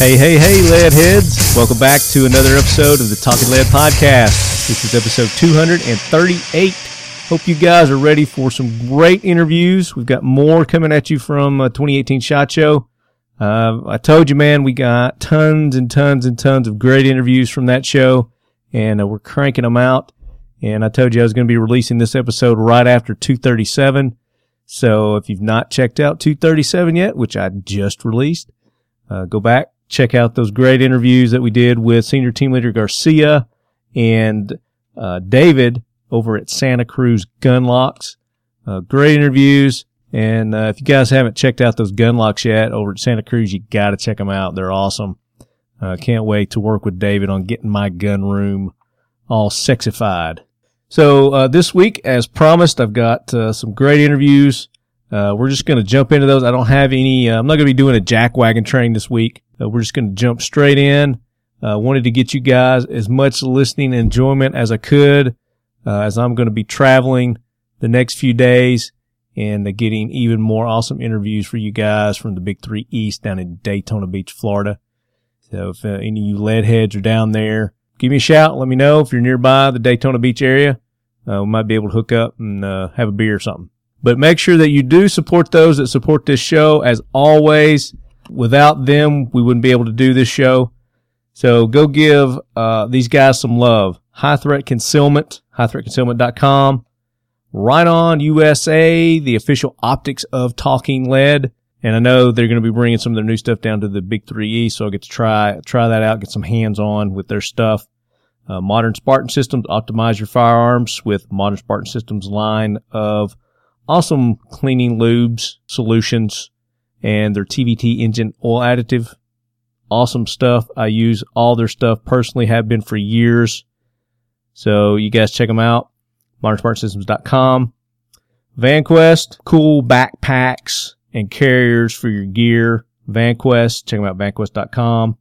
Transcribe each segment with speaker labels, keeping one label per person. Speaker 1: Hey, hey, hey, lead heads. Welcome back to another episode of the Talking Lead Podcast. This is episode 238. Hope you guys are ready for some great interviews. We've got more coming at you from uh, 2018 SHOT Show. Uh, I told you, man, we got tons and tons and tons of great interviews from that show, and uh, we're cranking them out. And I told you I was going to be releasing this episode right after 237. So if you've not checked out 237 yet, which I just released, uh, go back, check out those great interviews that we did with senior team leader Garcia and uh, David over at Santa Cruz Gunlocks. Uh, great interviews. And uh, if you guys haven't checked out those gunlocks yet over at Santa Cruz, you got to check them out. They're awesome. Uh, can't wait to work with David on getting my gun room all sexified. So uh, this week, as promised, I've got uh, some great interviews. Uh, we're just going to jump into those. I don't have any. Uh, I'm not going to be doing a jack wagon train this week. Uh, we're just going to jump straight in. Uh, wanted to get you guys as much listening enjoyment as I could, uh, as I'm going to be traveling the next few days and uh, getting even more awesome interviews for you guys from the Big Three East down in Daytona Beach, Florida. So if uh, any of you lead heads are down there, give me a shout. Let me know if you're nearby the Daytona Beach area. Uh, we might be able to hook up and uh, have a beer or something. But make sure that you do support those that support this show. As always, without them, we wouldn't be able to do this show. So go give uh, these guys some love. High Threat Concealment, highthreatconcealment.com. Right on USA, the official optics of Talking Lead. And I know they're going to be bringing some of their new stuff down to the Big Three E, so I'll get to try try that out, get some hands on with their stuff. Uh, modern Spartan Systems, optimize your firearms with Modern Spartan Systems line of awesome cleaning lubes solutions and their TVT engine oil additive. Awesome stuff. I use all their stuff personally, have been for years. So you guys check them out. ModernSmartSystems.com. VanQuest, cool backpacks and carriers for your gear. VanQuest, check them out, VanQuest.com.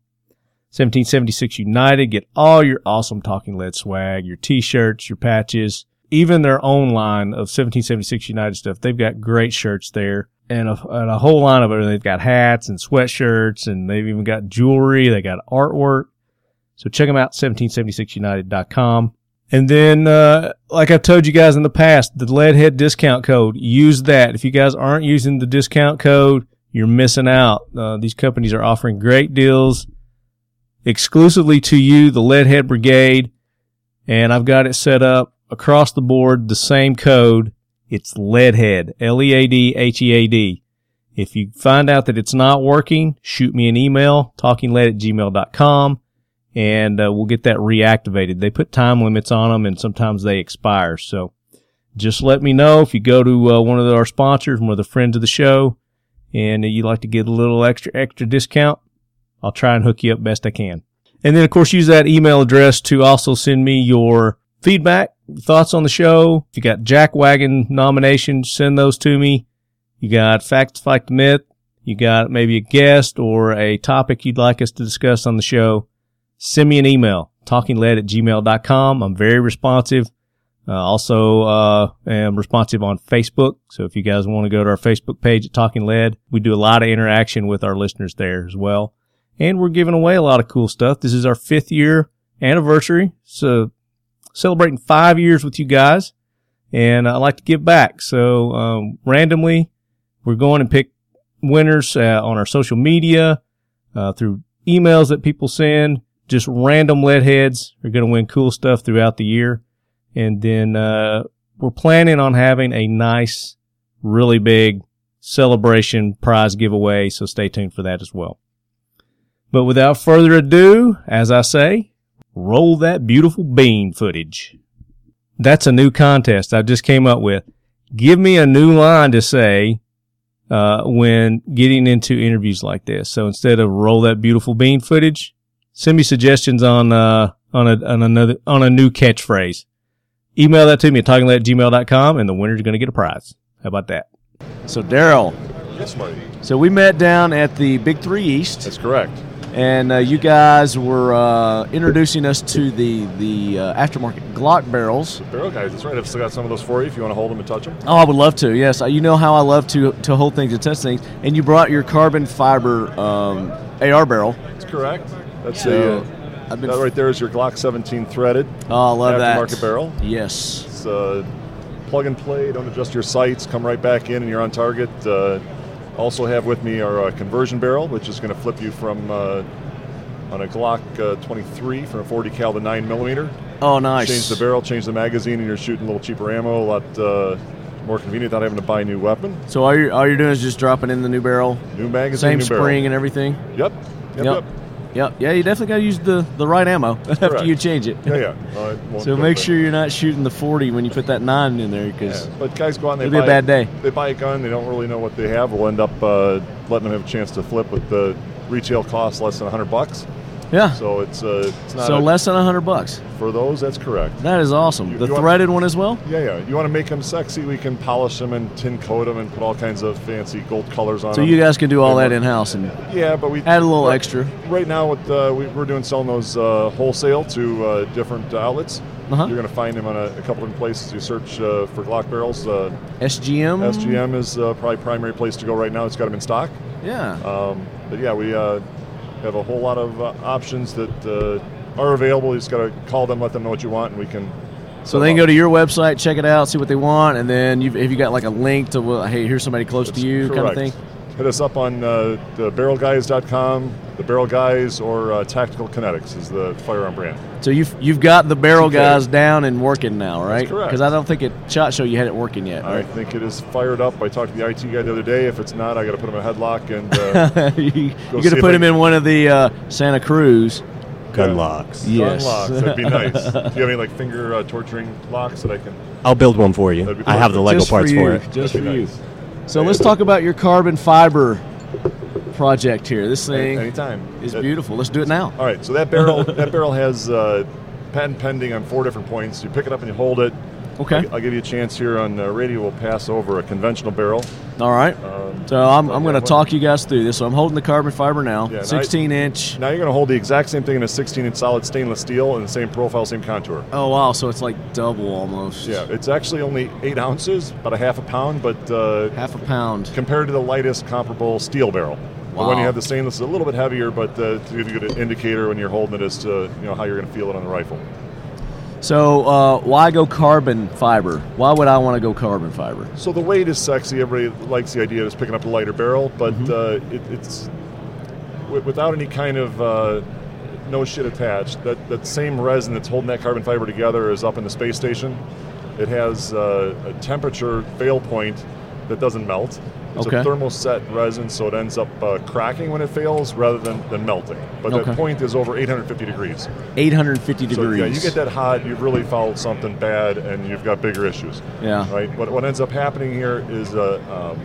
Speaker 1: 1776 United, get all your awesome Talking Lead swag, your t-shirts, your patches, even their own line of 1776 United stuff. They've got great shirts there and a, and a whole line of it. They've got hats and sweatshirts and they've even got jewelry. They got artwork. So check them out, 1776united.com. And then, uh, like I've told you guys in the past, the Leadhead discount code, use that. If you guys aren't using the discount code, you're missing out. Uh, these companies are offering great deals exclusively to you, the Leadhead Brigade. And I've got it set up across the board, the same code. It's Leadhead, L E A D H E A D. If you find out that it's not working, shoot me an email, talkinglead at gmail.com, and uh, we'll get that reactivated. They put time limits on them and sometimes they expire. So just let me know if you go to uh, one of our sponsors, one of the friends of the show, and you'd like to get a little extra, extra discount. I'll try and hook you up best I can. And then, of course, use that email address to also send me your feedback, thoughts on the show. If you got Jack Wagon nominations, send those to me. You got Facts Like the Myth. You got maybe a guest or a topic you'd like us to discuss on the show. Send me an email, talkingled at gmail.com. I'm very responsive. Uh, also, uh, am responsive on Facebook. So if you guys want to go to our Facebook page at Talking Lead, we do a lot of interaction with our listeners there as well and we're giving away a lot of cool stuff. This is our fifth year anniversary, so celebrating five years with you guys, and I like to give back. So um, randomly, we're going and pick winners uh, on our social media uh, through emails that people send. Just random lead heads are going to win cool stuff throughout the year, and then uh, we're planning on having a nice, really big celebration prize giveaway. So stay tuned for that as well. But without further ado, as I say, roll that beautiful bean footage. That's a new contest I just came up with. Give me a new line to say uh, when getting into interviews like this. So instead of roll that beautiful bean footage, send me suggestions on uh, on, a, on another on a new catchphrase. Email that to me at talkinglead@gmail.com, and the winner's going to get a prize. How about that?
Speaker 2: So Daryl,
Speaker 3: Yes, Mike.
Speaker 2: so we met down at the Big Three East,
Speaker 3: That's correct.
Speaker 2: and uh, you guys were uh, introducing us to the the uh, aftermarket Glock barrels.
Speaker 3: Barrel guys, that's right. I've still got some of those for you if you want to hold them and touch them.
Speaker 2: Oh, I would love to. Yes, Uh, you know how I love to to hold things and touch things. And you brought your carbon fiber um, AR barrel.
Speaker 3: That's correct. That's a,
Speaker 2: So
Speaker 3: uh,
Speaker 2: I've been.
Speaker 3: that right there is your Glock 17 threaded.
Speaker 2: oh, I love that.
Speaker 3: Aftermarket barrel.
Speaker 2: Yes.
Speaker 3: It's uh, plug and play. Don't adjust your sights. Come right back in, and you're on target. Uh, also have with me our uh, conversion barrel, which is going to flip you from uh, on a Glock uh, 23 from a 40 cal to 9 millimeter.
Speaker 2: Oh, nice.
Speaker 3: Change the barrel, change the magazine, and you're shooting a little cheaper ammo. A lot uh, more convenient without having to buy a new weapon,
Speaker 2: So all you're all you're doing is just dropping in the new barrel,
Speaker 3: new magazine,
Speaker 2: same
Speaker 3: new
Speaker 2: spring and everything.
Speaker 3: Barrel. Yep. Yep. Yep.
Speaker 2: Yep. Yeah, you definitely got to use the, the right ammo after
Speaker 3: correct.
Speaker 2: you change it.
Speaker 3: Yeah. Yeah. Uh, it won't
Speaker 2: So
Speaker 3: go
Speaker 2: make
Speaker 3: back.
Speaker 2: sure you're not shooting the 40 when you put that 9 in there because
Speaker 3: Yeah, But guys go out and they
Speaker 2: It'll be a
Speaker 3: buy
Speaker 2: bad day.
Speaker 3: They buy a gun, they don't really know what they have. We'll end up uh, letting them have a chance to flip with the retail cost less than 100 bucks.
Speaker 2: yeah. So,
Speaker 3: So it's uh, it's not a-
Speaker 2: less than 100 bucks.
Speaker 3: for those. That's correct.
Speaker 2: That is awesome.
Speaker 3: You-
Speaker 2: the
Speaker 3: you want-
Speaker 2: threaded one as well?
Speaker 3: Yeah, yeah. You want to make them sexy? We can polish them and tin coat them and put all kinds of fancy gold colors on
Speaker 2: So
Speaker 3: them.
Speaker 2: you guys can do all
Speaker 3: They
Speaker 2: that
Speaker 3: work.
Speaker 2: in house and
Speaker 3: Yeah, but we
Speaker 2: add a little
Speaker 3: right-
Speaker 2: extra.
Speaker 3: Right now, with, uh, we, we're doing selling those uh, wholesale to uh, different outlets.
Speaker 2: Uh-huh.
Speaker 3: You're going to find them on a, a couple different places. You search uh, for Glock barrels. Uh,
Speaker 2: SGM.
Speaker 3: SGM is uh, probably primary place to go right now. It's got them in stock.
Speaker 2: Yeah.
Speaker 3: Um, but yeah, we uh, have a whole lot of uh, options that uh, are available. You just got to call them, let them know what you want, and we can.
Speaker 2: so they can go to your website, check it out, see what they want, and then you've, have you got like a link to well, hey, here's somebody close to you kind of thing?
Speaker 3: Hit us up on uh, the barrelguys.com, the Barrel Guys, or uh, Tactical Kinetics is the firearm brand.
Speaker 2: So you've you've got the barrel
Speaker 3: Okay.
Speaker 2: guys down and working now, right?
Speaker 3: correct.
Speaker 2: Because I don't think at Shot Show you had it working yet.
Speaker 3: I think it is fired up. I talked to the IT guy the other day. If it's not, I got to put him in a headlock and uh,
Speaker 2: you
Speaker 3: Go
Speaker 2: you could
Speaker 3: see
Speaker 2: have
Speaker 3: if
Speaker 2: put
Speaker 3: I-
Speaker 2: him in one of the uh, Santa Cruz.
Speaker 4: Gun
Speaker 3: Yeah.
Speaker 4: locks.
Speaker 2: Yeah. Yes.
Speaker 3: unlock. That'd be nice. Do you have any like finger uh, torturing locks that I can?
Speaker 4: I'll build one for you.
Speaker 3: That'd be
Speaker 4: I have the
Speaker 3: perfect.
Speaker 4: Lego
Speaker 2: Just
Speaker 4: parts
Speaker 2: for,
Speaker 4: for,
Speaker 2: you,
Speaker 4: it.
Speaker 2: Just for
Speaker 3: That'd be
Speaker 2: you.
Speaker 3: nice.
Speaker 2: So let's talk about your carbon fiber project here. This thing
Speaker 3: Anytime.
Speaker 2: is
Speaker 3: That-
Speaker 2: beautiful. Let's do it now.
Speaker 3: All right, so that barrel that barrel has uh, patent pending on four different points. You pick it up and you hold it.
Speaker 2: Okay.
Speaker 3: I'll, I'll give you a chance here on uh, radio. We'll pass over a conventional barrel.
Speaker 2: All right.
Speaker 3: Um,
Speaker 2: So I'm, I'm
Speaker 3: yeah,
Speaker 2: going to
Speaker 3: what-
Speaker 2: talk you guys through this. So I'm holding the carbon fiber now,
Speaker 3: Yeah, and I-
Speaker 2: 16 inch.
Speaker 3: Now you're going to hold the exact same thing in a 16-inch solid stainless steel and the same profile, same contour.
Speaker 2: Oh wow! So it's like double almost.
Speaker 3: Yeah, it's actually only eight ounces, about a half a pound, but uh,
Speaker 2: Half a pound.
Speaker 3: compared to the lightest comparable steel barrel. The one
Speaker 2: Wow.
Speaker 3: you have the stainless is a little bit heavier, but uh, it's going to give you an indicator when you're holding it as to you know how you're going to feel it on the rifle.
Speaker 2: So uh, why go carbon fiber? Why would I want to go carbon fiber?
Speaker 3: So the weight is sexy. Everybody likes the idea of just picking up a lighter barrel, but
Speaker 2: Mm-hmm.
Speaker 3: uh, it, it's w- without any kind of uh, no shit attached. That that same resin that's holding that carbon fiber together is up in the space station. It has uh, a temperature fail point that doesn't melt. It's
Speaker 2: Okay.
Speaker 3: a thermoset resin, so it ends up uh, cracking when it fails rather than, than melting. But
Speaker 2: Okay.
Speaker 3: that point is over 850 degrees.
Speaker 2: 850 degrees.
Speaker 3: So yeah, you get that hot, you've really fouled something bad, and you've got bigger issues.
Speaker 2: Yeah.
Speaker 3: Right. What, what ends up happening here is a, um,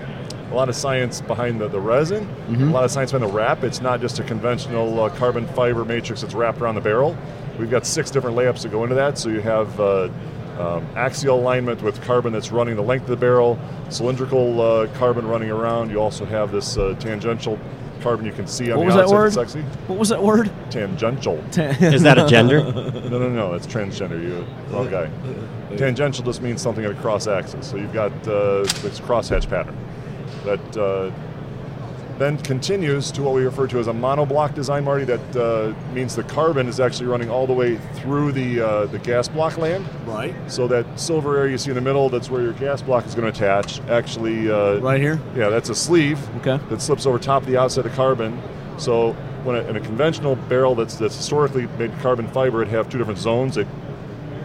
Speaker 3: a lot of science behind the, the resin,
Speaker 2: Mm-hmm.
Speaker 3: a lot of science behind the wrap. It's not just a conventional uh, carbon fiber matrix that's wrapped around the barrel. We've got six different layups that go into that. So you have uh, um, axial alignment with carbon that's running the length of the barrel, cylindrical uh, carbon running around. You also have this uh, tangential carbon you can see on
Speaker 2: What
Speaker 3: the
Speaker 2: was that
Speaker 3: outside
Speaker 2: word?
Speaker 3: that's sexy.
Speaker 2: What was that word?
Speaker 3: Tangential.
Speaker 4: Is that a gender?
Speaker 3: No, no, no. That's transgender. You wrong guy. Tangential just means something at a cross axis. So you've got uh, this crosshatch pattern that uh, then continues to what we refer to as a monoblock design, Marty. That uh, means the carbon is actually running all the way through the uh, the gas block land.
Speaker 2: Right.
Speaker 3: So that silver area you see in the middle, that's where your gas block is going to attach. Actually, uh,
Speaker 2: Right here.
Speaker 3: yeah, that's a sleeve
Speaker 2: Okay.
Speaker 3: that slips over top of the outside of carbon. So when a, in a conventional barrel that's that's historically made carbon fiber, it'd have two different zones. They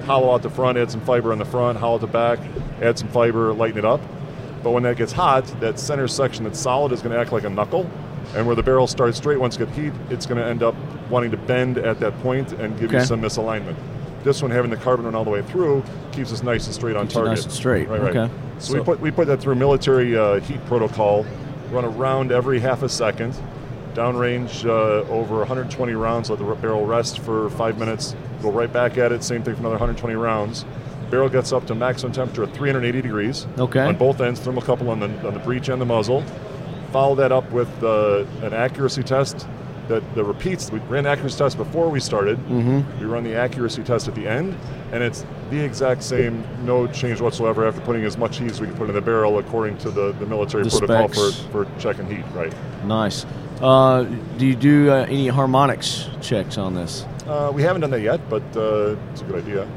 Speaker 3: hollow out the front, add some fiber on the front, hollow out the back, add some fiber, lighten it up. But when that gets hot, that center section that's solid is going to act like a knuckle. And where the barrel starts straight, once it gets heat, it's going to end up wanting to bend at that point and give
Speaker 2: Okay.
Speaker 3: you some misalignment. This one having the carbon run all the way through keeps us nice and straight on
Speaker 2: Keeps it
Speaker 3: target.
Speaker 2: nice and straight.
Speaker 3: Right, right.
Speaker 2: Okay.
Speaker 3: So, we put we put that through military uh, heat protocol, run around every half a second, downrange uh, over 120 rounds, let the barrel rest for five minutes, go right back at it, same thing for another 120 rounds. Barrel gets up to maximum temperature of 380 degrees.
Speaker 2: Okay.
Speaker 3: On both ends, thermocouple on the on the breech and the muzzle. Follow that up with uh, an accuracy test that the repeats. We ran accuracy test before we started.
Speaker 2: Mm-hmm.
Speaker 3: We run the accuracy test at the end, and it's the exact same, no change whatsoever after putting as much heat as we can put in the barrel according to the, the military
Speaker 2: The
Speaker 3: protocol
Speaker 2: specs.
Speaker 3: for, for checking heat, right?
Speaker 2: Nice. Uh, do you do uh, any harmonics checks on this?
Speaker 3: Uh, we haven't done that yet, but uh, it's a good idea.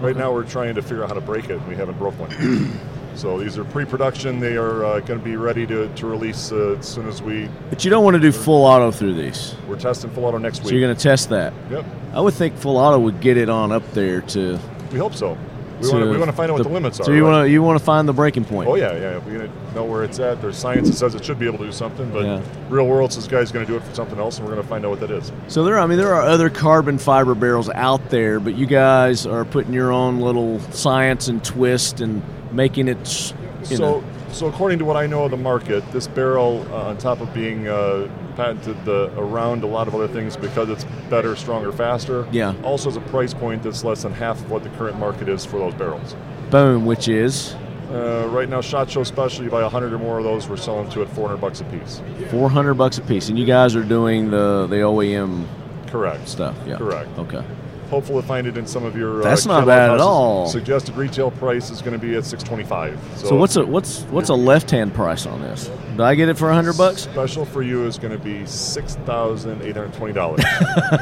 Speaker 3: Right now, we're trying to figure out how to break it, and we haven't broke one. so these are pre-production. They are uh, going to be ready to, to release uh, as soon as we.
Speaker 2: But you don't want to do full auto through these.
Speaker 3: We're testing full auto next
Speaker 2: So you're
Speaker 3: week.
Speaker 2: going to test that.
Speaker 3: yep,
Speaker 2: I would think full auto would get it on up there to.
Speaker 3: we hope so. We want to we want to find out what the, limits are.
Speaker 2: So you
Speaker 3: right?
Speaker 2: want to you want to find the breaking point.
Speaker 3: Oh yeah, yeah. We're gonna know where it's at. There's science that says it should be able to do something, but
Speaker 2: Yeah.
Speaker 3: real world says guy's gonna do it for something else, and we're gonna find out what that is.
Speaker 2: So there, I mean, there are other carbon fiber barrels out there, but you guys are putting your own little science and twist and making it. s- You
Speaker 3: so,
Speaker 2: know,
Speaker 3: so according to what I know of the market, this barrel, uh, on top of being uh, patented the, around a lot of other things because it's better, stronger, faster,
Speaker 2: Yeah.
Speaker 3: also has a price point that's less than half of what the current market is for those barrels.
Speaker 2: boom, which is
Speaker 3: Uh, right now, Shot Show Special, you buy 100 or more of those, we're selling to at 400 bucks a piece.
Speaker 2: four hundred bucks a piece, and you guys are doing the the OEM
Speaker 3: Correct.
Speaker 2: stuff. Yeah,
Speaker 3: Correct.
Speaker 2: Okay.
Speaker 3: Hopefully, find it in some of your.
Speaker 2: That's
Speaker 3: uh,
Speaker 2: not
Speaker 3: catalog
Speaker 2: bad at
Speaker 3: houses.
Speaker 2: all.
Speaker 3: Suggested retail price is going to be at 625. So,
Speaker 2: So what's a what's what's a left hand price on this? Did I get it for hundred bucks?
Speaker 3: Special for you is going to be six thousand eight hundred twenty dollars.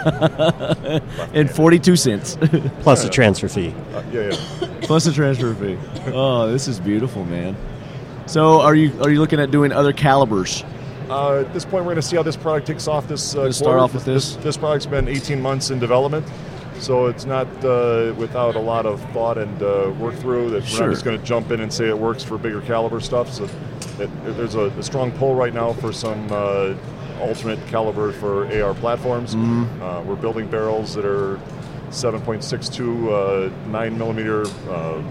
Speaker 3: Uh,
Speaker 2: And forty two cents
Speaker 4: Plus a transfer fee.
Speaker 3: yeah, yeah.
Speaker 2: plus a transfer fee. Oh, this is beautiful, man. So are you are you looking at doing other calibers?
Speaker 3: Uh, at this point, we're going to see how this product takes off. This uh,
Speaker 2: Let's start
Speaker 3: quarter.
Speaker 2: off with this.
Speaker 3: This product's been 18 months in development, so it's not uh, without a lot of thought and uh, work through. That we're
Speaker 2: Sure.
Speaker 3: not just going to jump in and say it works for bigger caliber stuff. So that there's a, a strong pull right now for some uh, alternate caliber for AR platforms.
Speaker 2: Mm-hmm.
Speaker 3: Uh, we're building barrels that are 7.62, uh, 9 millimeter. Uh,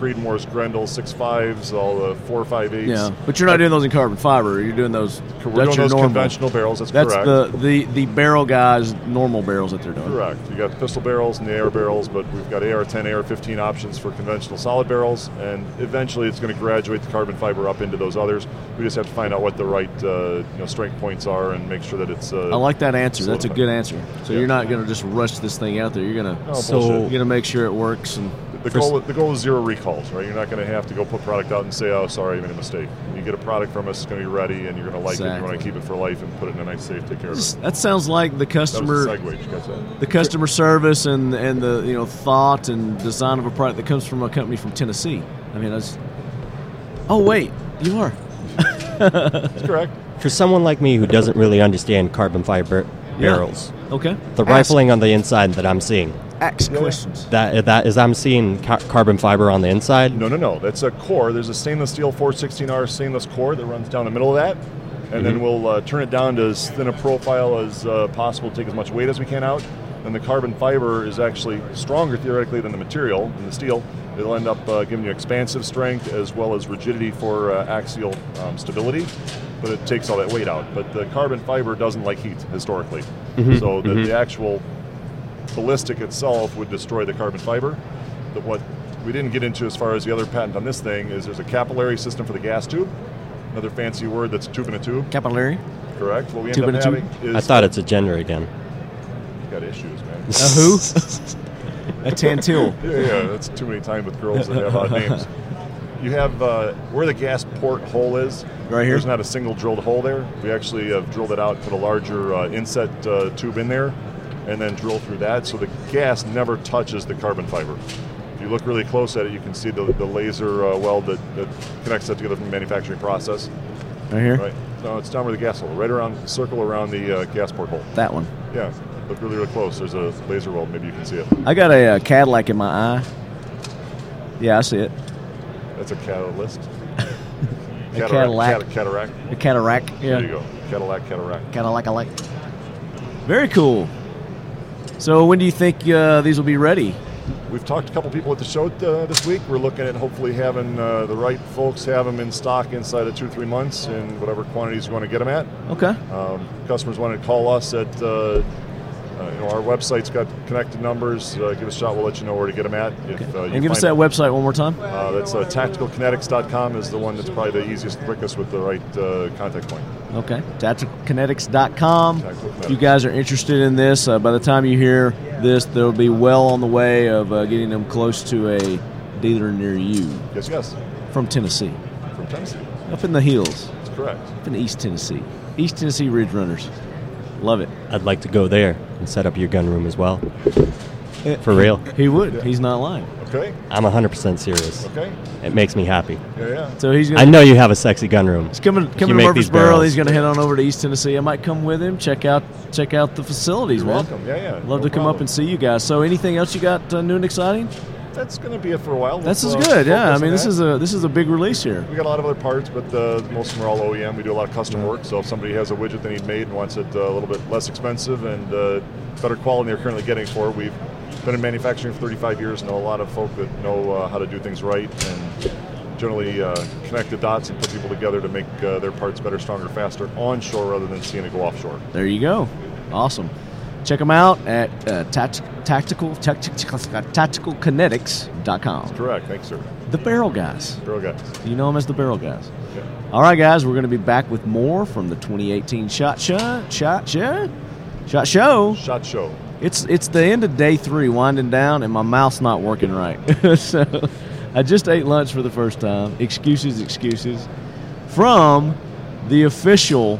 Speaker 3: Creedmoor's Grendel 6.5s, all the 4.58s.
Speaker 2: Yeah, but you're not doing those in carbon fiber. You're doing those.
Speaker 3: We're
Speaker 2: that's
Speaker 3: doing
Speaker 2: your
Speaker 3: those
Speaker 2: normal.
Speaker 3: conventional barrels. That's,
Speaker 2: That's
Speaker 3: correct.
Speaker 2: the, the the barrel guys' normal barrels that they're doing.
Speaker 3: correct. You got pistol barrels and the AR barrels, but we've got AR-10, AR-15 options for conventional solid barrels, and eventually it's going to graduate the carbon fiber up into those others. We just have to find out what the right uh, you know, strength points are and make sure that it's. Uh,
Speaker 2: I like that answer.
Speaker 3: Solid
Speaker 2: That's a
Speaker 3: fiber.
Speaker 2: good answer. So
Speaker 3: Yeah.
Speaker 2: you're not going to just rush this thing out there. You're going to
Speaker 3: Oh,
Speaker 4: So-
Speaker 2: you're
Speaker 3: bullshit.
Speaker 2: going to make sure it works and
Speaker 3: the goal the goal is zero recalls, right? You're not going to have to go put product out and say, "Oh, sorry, I made a mistake." You get a product from us, it's going to be ready, and you're going to like it. You want
Speaker 2: Exactly.
Speaker 3: to keep it for life and put it in a nice safe, take care of it.
Speaker 2: that sounds like the
Speaker 3: That was a
Speaker 2: customer
Speaker 3: segue. You got that?
Speaker 2: the customer service and and the you know thought and design of a product that comes from a company from Tennessee. I mean, that's oh wait, you are
Speaker 3: That's correct.
Speaker 4: For someone like me who doesn't really understand carbon fiber barrels,
Speaker 2: okay.
Speaker 4: the rifling on the inside that I'm seeing,
Speaker 2: axe questions.
Speaker 4: that that is I'm seeing ca- carbon fiber on the inside.
Speaker 3: No, no, no. That's a core. There's a stainless steel 416R stainless core that runs down the middle of that. And then we'll uh, turn it down to as thin a profile as uh, possible, take as much weight as we can out. And the carbon fiber is actually stronger theoretically than the material, than the steel. It'll end up uh, giving you expansive strength as well as rigidity for uh, axial um, stability, but it takes all that weight out. But the carbon fiber doesn't like heat historically. So the, the actual ballistic itself would destroy the carbon fiber. But what we didn't get into as far as the other patent on this thing is there's a capillary system for the gas tube. Another fancy word that's tube in a tube,
Speaker 2: Capillary.
Speaker 3: correct? What we
Speaker 2: Tube
Speaker 3: end up
Speaker 2: in a
Speaker 3: having
Speaker 2: tube?
Speaker 3: is
Speaker 4: I thought it's a gender again.
Speaker 3: got issues, man.
Speaker 2: A who? a tantil.
Speaker 3: yeah, yeah, that's too many times with girls that have odd names. You have uh, where the gas port hole is.
Speaker 2: Right here?
Speaker 3: There's not a single drilled hole there. We actually have drilled it out, put a larger uh, inset uh, tube in there, and then drill through that. So the gas never touches the carbon fiber. If you look really close at it, you can see the, the laser uh, weld that, that connects that together from the manufacturing process.
Speaker 2: Right here.
Speaker 3: Right. No, it's down where the gas hole, right around the circle around the uh, gas port hole.
Speaker 2: That one.
Speaker 3: Yeah. Look really, really close. There's a laser weld. Maybe you can see it.
Speaker 2: I got a, uh Cadillac in my eye. Yeah, I see it.
Speaker 3: That's a catalyst.
Speaker 2: A Cadillac.
Speaker 3: Cat- cataract.
Speaker 2: A cataract. Yeah.
Speaker 3: There you go. Cadillac cataract.
Speaker 2: Cadillac, I like. Very cool. So when do you think uh, these will be ready?
Speaker 3: We've talked to a couple people at the show uh, this week. We're looking at hopefully having uh, the right folks have them in stock inside of two, three months in whatever quantities you want to get them at.
Speaker 2: Okay.
Speaker 3: Um, customers want to call us at uh, uh, you know, our website's got connected numbers. Uh, give us a shot. We'll let you know where to get them at. If, uh, you
Speaker 2: And give us that
Speaker 3: find-
Speaker 2: website one more time.
Speaker 3: Uh, that's uh, tacticalkinetics.com is the one that's probably the easiest, quickest with the right uh, contact point.
Speaker 2: Okay. Tacticalkinetics.com.
Speaker 3: Tactical
Speaker 2: If you guys are interested in this, uh, by the time you hear this, they'll be well on the way of uh, getting them close to a dealer near you
Speaker 3: Yes, yes.
Speaker 2: from Tennessee,
Speaker 3: From Tennessee.
Speaker 2: up in the hills,
Speaker 3: That's correct.
Speaker 2: up in East Tennessee. East Tennessee Ridge Runners. Love it.
Speaker 4: I'd like to go there and set up your gun room as well. For real.
Speaker 2: He would. He's not lying.
Speaker 3: Okay.
Speaker 4: I'm 100% serious.
Speaker 3: Okay.
Speaker 4: It makes me happy.
Speaker 3: Yeah, yeah.
Speaker 2: So he's
Speaker 4: I
Speaker 2: gonna.
Speaker 4: know you have a sexy gun room.
Speaker 2: He's coming
Speaker 4: you
Speaker 2: coming to
Speaker 4: make these
Speaker 2: Murfreesboro.
Speaker 4: barrels.
Speaker 2: He's gonna head on over to East Tennessee. I might come with him. Check out check out the facilities,
Speaker 3: You're
Speaker 2: man.
Speaker 3: welcome. Yeah, yeah.
Speaker 2: Love
Speaker 3: No
Speaker 2: to come up
Speaker 3: problem.
Speaker 2: and see you guys. So anything else you got uh, new and exciting?
Speaker 3: That's going to be it for a while.
Speaker 2: This is
Speaker 3: We'll, uh,
Speaker 2: good. Yeah, I
Speaker 3: focus on
Speaker 2: mean this
Speaker 3: that.
Speaker 2: is a this is a big release here.
Speaker 3: We got a lot of other parts, but uh, most of them are all OEM. We do a lot of custom work, so if somebody has a widget they need made and wants it uh, a little bit less expensive and uh, better quality they're currently getting for, it, we've been in manufacturing for 35 years, know a lot of folk that know uh, how to do things right and generally uh, connect the dots and put people together to make uh, their parts better, stronger, faster onshore rather than seeing it go offshore.
Speaker 2: There you go. Awesome. Check them out at uh, tact- tactical, tactic- tacticalkinetics.com.
Speaker 3: Correct. Thanks, sir.
Speaker 2: The Barrel Guys.
Speaker 3: Girl guys.
Speaker 2: You know them as the Barrel Guys.
Speaker 3: Yeah.
Speaker 2: All right, guys, we're going to be back with more from the 2018 Shot Show. Shot Show. Shot Show.
Speaker 3: Shot show.
Speaker 2: It's it's the end of day three, winding down, and my mouth's not working right. so I just ate lunch for the first time. Excuses, excuses. From the official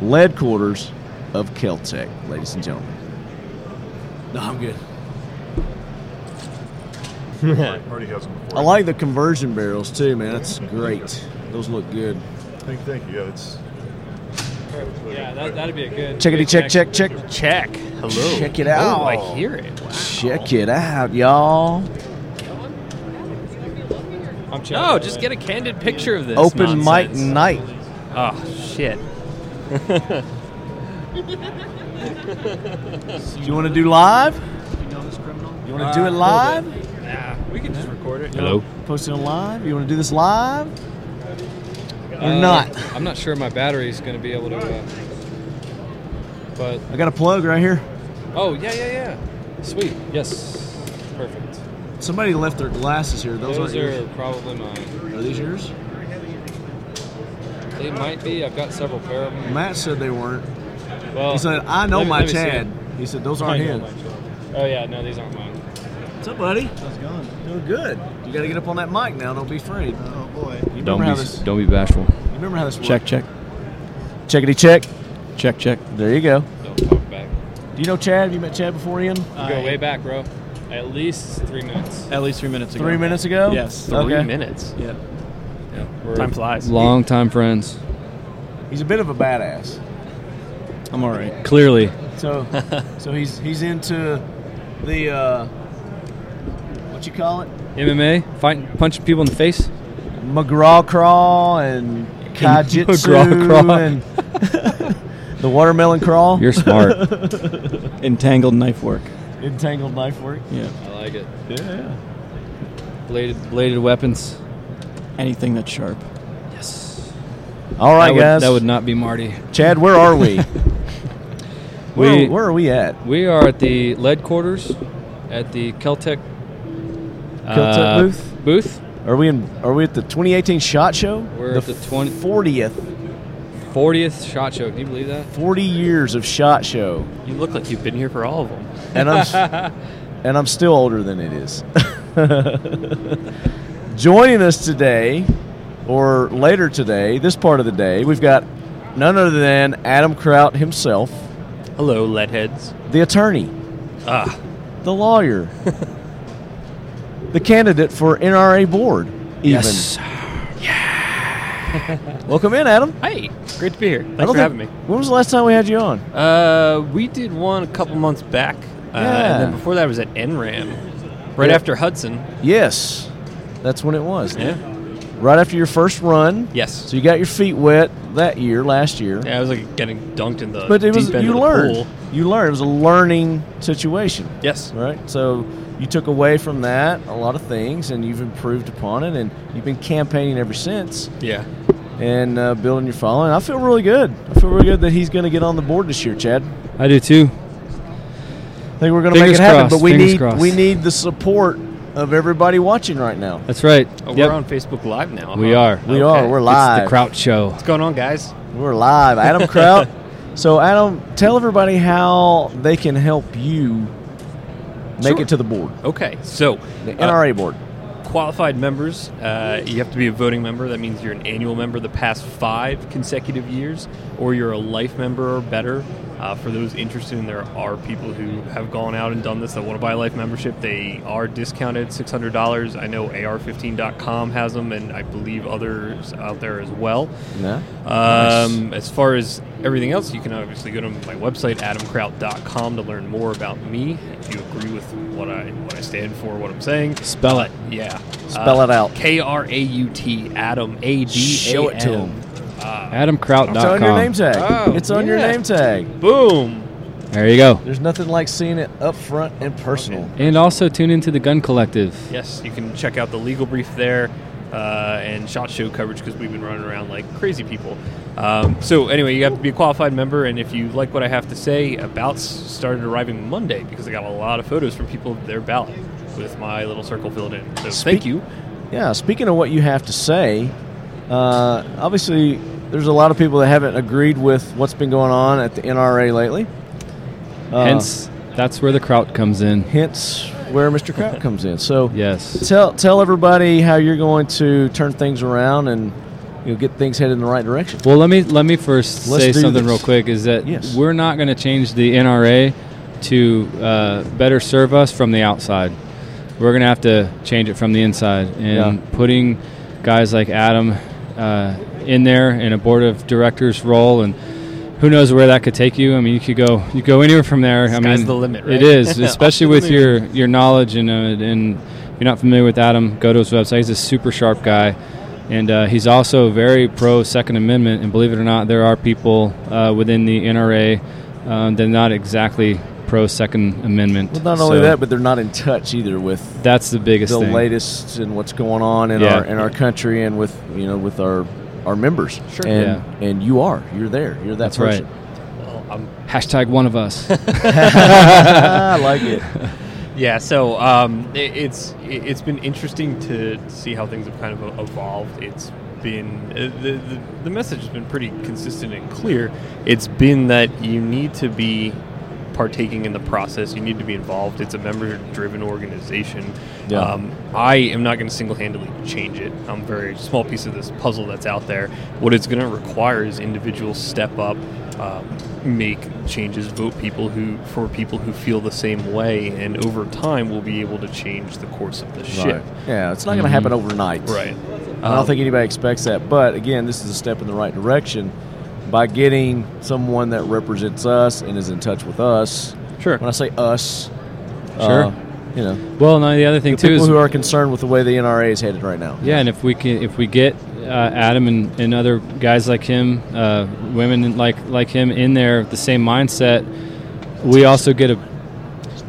Speaker 2: lead quarters of Keltec, ladies and gentlemen. No, I'm good.
Speaker 3: Already has them before.
Speaker 2: I like the conversion barrels too, man. That's great. Those look good.
Speaker 3: Thank, thank you. Yeah, it's.
Speaker 5: Yeah, that, that'd be a good.
Speaker 2: Checkity check check check.
Speaker 6: Check. Hello.
Speaker 2: Check it out.
Speaker 6: Oh, I hear it. Wow.
Speaker 2: Check it out, y'all.
Speaker 5: I'm checking
Speaker 6: No,
Speaker 5: it.
Speaker 6: just get a candid picture of this.
Speaker 2: Open mic
Speaker 6: nonsense.
Speaker 2: night.
Speaker 6: Oh shit.
Speaker 2: Do you want to do live? You want to do it live?
Speaker 5: Nah, we can just record it.
Speaker 6: Hello.
Speaker 2: Post it on live? You want to do this live?
Speaker 5: Or
Speaker 6: Uh,
Speaker 2: not.
Speaker 5: I'm not sure my battery's going to be able to. Uh, but
Speaker 2: I got a plug right here.
Speaker 5: oh yeah yeah yeah, sweet yes, perfect.
Speaker 2: Somebody left their glasses here. Those,
Speaker 5: Those,
Speaker 2: aren't
Speaker 5: are
Speaker 2: yours.
Speaker 5: probably mine.
Speaker 2: Are these yours?
Speaker 5: They might be. I've got several pair of them.
Speaker 2: Matt said they weren't.
Speaker 5: Well,
Speaker 2: He said, I know
Speaker 5: let me-
Speaker 2: my
Speaker 5: let me see
Speaker 2: Chad.
Speaker 5: it.
Speaker 2: He said, those
Speaker 5: I
Speaker 2: aren't
Speaker 5: know
Speaker 2: his.
Speaker 5: my Chad. Oh yeah, no, these aren't mine.
Speaker 2: What's up, buddy? How's it going? Doing good. You got to get up on that mic now. Don't be afraid. Oh, boy. You remember, how this,
Speaker 7: don't be bashful.
Speaker 2: you remember how this works?
Speaker 7: Check, check,
Speaker 2: Checkity check.
Speaker 7: check, check.
Speaker 2: There you go.
Speaker 5: Don't talk back.
Speaker 2: Do you know Chad? Have you met Chad before, Ian?
Speaker 5: We go way back, bro. At least three minutes.
Speaker 7: At least three minutes ago.
Speaker 2: Three minutes ago?
Speaker 7: Yes.
Speaker 6: Three
Speaker 2: Okay.
Speaker 6: minutes.
Speaker 7: Yeah.
Speaker 5: We're-
Speaker 6: Time flies.
Speaker 7: Long time friends.
Speaker 2: He's a bit of a badass.
Speaker 7: I'm all right. Clearly.
Speaker 2: So, so he's he's into the uh, what you call it,
Speaker 7: MMA, fighting, punching people in the face.
Speaker 2: McGraw crawl and kajitsu
Speaker 7: McGraw crawl.
Speaker 2: and the watermelon crawl,
Speaker 7: You're smart. Entangled knife work.
Speaker 2: entangled knife work.
Speaker 7: Yeah.
Speaker 5: I like it.
Speaker 2: Yeah,
Speaker 7: Bladed, bladed weapons. Anything that's sharp. Yes.
Speaker 2: All right,
Speaker 7: that would,
Speaker 2: guys.
Speaker 7: That would not be Marty.
Speaker 2: Chad, where are we?
Speaker 7: We-
Speaker 2: where, where are we at?
Speaker 7: We are at the lead quarters at the Keltec, uh,
Speaker 2: Keltec booth?
Speaker 7: Booth.
Speaker 2: Uh, Are we in? Are we at the 2018 Shot Show?
Speaker 7: We're at the 20
Speaker 2: 40th,
Speaker 7: 40th shot show. Can you believe that?
Speaker 2: 40 years of Shot Show,
Speaker 6: You look like you've been here for all of them.
Speaker 2: and I'm s- and I'm still older than it is. Joining us today, or later today, this part of the day, we've got none other than Adam Kraut himself,
Speaker 6: Hello, leadheads.
Speaker 2: the attorney,
Speaker 6: Ah,
Speaker 2: the lawyer, the candidate for NRA board. Even.
Speaker 7: Yes.
Speaker 2: Welcome in, Adam.
Speaker 6: hey, great to be here.
Speaker 2: I
Speaker 6: Thanks
Speaker 2: don't
Speaker 6: for
Speaker 2: think-
Speaker 6: having me.
Speaker 2: When was the last time we had you on?
Speaker 6: Uh, we did one a couple months back, uh,
Speaker 2: Yeah.
Speaker 6: and then before that was at NRAM, right
Speaker 2: Yeah.
Speaker 6: after Hudson.
Speaker 2: Yes, that's when it was.
Speaker 6: Yeah.
Speaker 2: Right after your first run.
Speaker 6: Yes.
Speaker 2: So you got your feet wet that year, last year.
Speaker 6: Yeah, I was like getting dunked in the
Speaker 2: But it
Speaker 6: deep
Speaker 2: was
Speaker 6: end of
Speaker 2: you
Speaker 6: the
Speaker 2: learned.
Speaker 6: pool.
Speaker 2: You learned. It was a learning situation.
Speaker 6: Yes.
Speaker 2: right? So you took away from that a lot of things, and you've improved upon it, and you've been campaigning ever since,
Speaker 6: Yeah.
Speaker 2: and uh, building your following. I feel really good. I feel really good that he's going to get on the board this year, Chad.
Speaker 7: I do too.
Speaker 2: I think we're going to make it
Speaker 7: Fingers
Speaker 2: happen,
Speaker 7: crossed,
Speaker 2: but we
Speaker 7: fingers
Speaker 2: need
Speaker 7: crossed.
Speaker 2: we need the support of everybody watching right now.
Speaker 7: That's right.
Speaker 6: Oh,
Speaker 7: Yep.
Speaker 6: We're on Facebook Live now.
Speaker 7: We
Speaker 6: huh?
Speaker 7: are.
Speaker 2: We
Speaker 6: Okay.
Speaker 2: are. We're
Speaker 6: It's
Speaker 2: live.
Speaker 7: It's the Kraut Show.
Speaker 6: What's going on, guys?
Speaker 2: We're live. Adam Kraut. so Adam, tell everybody how they can help you make
Speaker 6: Sure.
Speaker 2: it to the board,
Speaker 6: Okay, so
Speaker 2: the
Speaker 6: uh,
Speaker 2: NRA board.
Speaker 8: qualified members. Uh, you have to be a voting member. That means you're an annual member the past five consecutive years, or you're a life member or better. Uh, for those interested, and there are people who have gone out and done this that want to buy a life membership, they are discounted $600. I know AR15.com has them, and I believe others out there as well.
Speaker 2: Yeah.
Speaker 8: Um, As far as everything else, you can obviously go to my website, adamkraut.com, to learn more about me. If you agree with what I what I stand for, what I'm saying,
Speaker 2: Spell it.
Speaker 8: yeah, Uh,
Speaker 2: Spell it out.
Speaker 8: K R A U T, Adam A D.
Speaker 2: Show it to 'em.
Speaker 6: AdamKraut.com.
Speaker 2: It's on your name tag.
Speaker 8: Oh,
Speaker 2: it's on your
Speaker 8: yeah.
Speaker 2: name tag.
Speaker 8: Boom.
Speaker 6: There you go.
Speaker 2: There's nothing like seeing it up front and personal.
Speaker 6: And also tune into the Gun Collective.
Speaker 8: Yes, you can check out the legal brief there uh, and shot show coverage because we've been running around like crazy people. Um, so anyway, you have to be a qualified member, and if you like what I have to say, ballots started arriving Monday because I got a lot of photos from people of their ballot with my little circle filled in. So thank you.
Speaker 2: Yeah, speaking of what you have to say, uh, obviously there's a lot of people that haven't agreed with what's been going on at the NRA lately. Uh,
Speaker 6: Hence, that's where the Kraut comes in.
Speaker 2: Uh-huh. hence where Mr. Kraut comes in. So
Speaker 6: Yes.
Speaker 2: tell tell everybody how you're going to turn things around and you know, get things headed in the right direction.
Speaker 6: Well, let me let me 1st
Speaker 2: Let's
Speaker 6: say
Speaker 2: do
Speaker 6: something
Speaker 2: this.
Speaker 6: real quick. Is that
Speaker 2: Yes.
Speaker 6: we're not going to change the NRA to uh, better serve us from the outside. We're going to have to change it from the inside, and
Speaker 2: Yeah.
Speaker 6: putting guys like Adam uh, in there in a board of directors role, and who knows where that could take you. I mean, you could go you could go anywhere from there. I
Speaker 8: Sky's
Speaker 6: mean,
Speaker 8: the limit,
Speaker 6: It
Speaker 8: right?
Speaker 6: is, especially with
Speaker 8: Absolutely.
Speaker 6: your your your knowledge and uh, and if you're not familiar with Adam, go to his website. He's a super sharp guy, and uh, he's also very pro Second Amendment. And believe it or not, there are people uh, within the NRA um, that are not exactly pro Second Amendment.
Speaker 2: Well, not only
Speaker 6: So
Speaker 2: that, but they're not in touch either with
Speaker 6: that's the biggest
Speaker 2: the
Speaker 6: thing.
Speaker 2: latest and what's going on in
Speaker 6: Yeah.
Speaker 2: our in our country and with you know with our our members. Sure. And and you are you're there. You're that
Speaker 6: That's right.
Speaker 2: person.
Speaker 8: Well, I'm
Speaker 6: Hashtag one of us.
Speaker 2: I like it.
Speaker 8: Yeah, so um, it, it's it, it's been interesting to see how things have kind of e-, evolved. It's been uh, the, the the message has been pretty consistent and clear. It's been that you need to be partaking in the process. You need to be involved. It's a member-driven organization.
Speaker 2: Yeah.
Speaker 8: Um, I am not going to single-handedly change it. I'm a very small piece of this puzzle that's out there. What it's going to require is individuals step up, um, make changes, vote people who for people who feel the same way, and over time we'll be able to change the course of the ship.
Speaker 2: Yeah, it's not
Speaker 6: Mm-hmm.
Speaker 2: going to happen overnight. I don't
Speaker 8: Um,
Speaker 2: think anybody expects that. But again, this is a step in the right direction by getting someone that represents us and is in touch with us.
Speaker 8: Sure.
Speaker 2: When I say us,
Speaker 6: Sure.
Speaker 2: uh, you know,
Speaker 6: well, no, the other thing too
Speaker 2: people
Speaker 6: is
Speaker 2: who are concerned with the way the NRA is headed right now.
Speaker 6: Yeah, and if we can, if we get uh, Adam and, and other guys like him, uh, women like like him in there, with the same mindset, we also get a.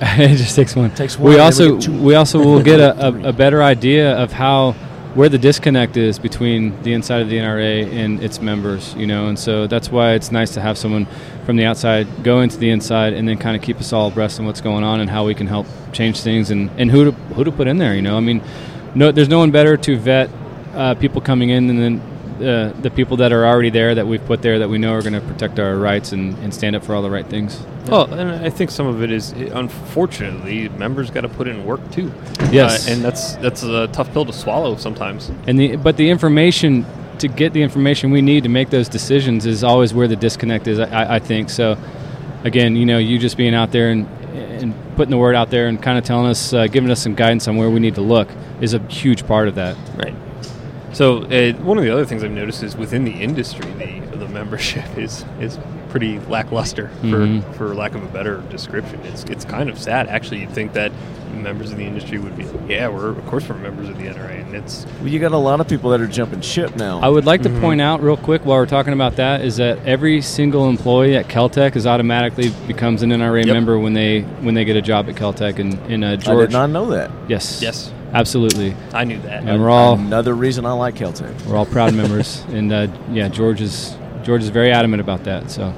Speaker 6: it just takes one.
Speaker 2: Takes one,
Speaker 6: We
Speaker 2: and then we
Speaker 6: also
Speaker 2: get two.
Speaker 6: we also will get a, a, a better idea of how where the disconnect is between the inside of the NRA and its members, you know, and so that's why it's nice to have someone from the outside go into the inside and then kind of keep us all abreast on what's going on and how we can help change things and, and who to who to put in there, you know. I mean, no, there's no one better to vet uh, people coming in and then. Uh, the people that are already there that we've put there that we know are going to protect our rights and, and stand up for all the right things.
Speaker 8: Well, and I think some of it is unfortunately members got to put in work too.
Speaker 6: Yes.
Speaker 8: Uh, and that's that's a tough pill to swallow sometimes.
Speaker 6: and the but the information to get the information we need to make those decisions is always where the disconnect is. I- I, I think so. Again, you know, you just being out there and and putting the word out there and kind of telling us, uh, giving us some guidance on where we need to look is a huge part of that.
Speaker 8: Right. So uh, one of the other things I've noticed is within the industry, the the membership is is pretty lackluster for, for lack of a better description. It's it's kind of sad actually. You'd think that members of the industry would be yeah, we're of course we're members of the NRA, and it's
Speaker 2: Well, you got a lot of people that are jumping ship now.
Speaker 6: I would like to point out real quick while we're talking about that is that every single employee at Caltech is automatically becomes an NRA
Speaker 8: Yep.
Speaker 6: member when they when they get a job at Caltech. And in uh,
Speaker 2: I
Speaker 6: George,
Speaker 2: did not know that.
Speaker 6: yes,
Speaker 8: Yes.
Speaker 6: absolutely.
Speaker 8: I knew that.
Speaker 6: And we're all
Speaker 2: Another reason I like Caltech.
Speaker 6: We're all proud members, and uh, yeah, George is George is very adamant about that. So,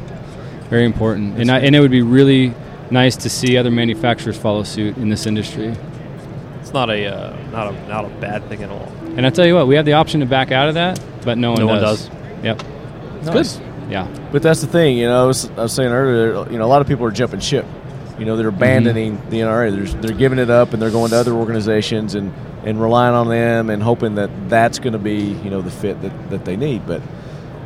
Speaker 6: very important, and I, and it would be really nice to see other manufacturers follow suit in this industry.
Speaker 8: it's not a uh, not a not a bad thing at all.
Speaker 6: And I tell you what, we have the option to back out of that, but no one
Speaker 8: No one
Speaker 6: does. Yep.
Speaker 2: Nice.
Speaker 6: Yeah.
Speaker 2: But that's the thing, you know. I was, I was saying earlier, you know, a lot of people are jumping ship. You know, they're abandoning the NRA. They're, they're giving it up and they're going to other organizations and, and relying on them and hoping that that's going to be you know the fit that, that they need. But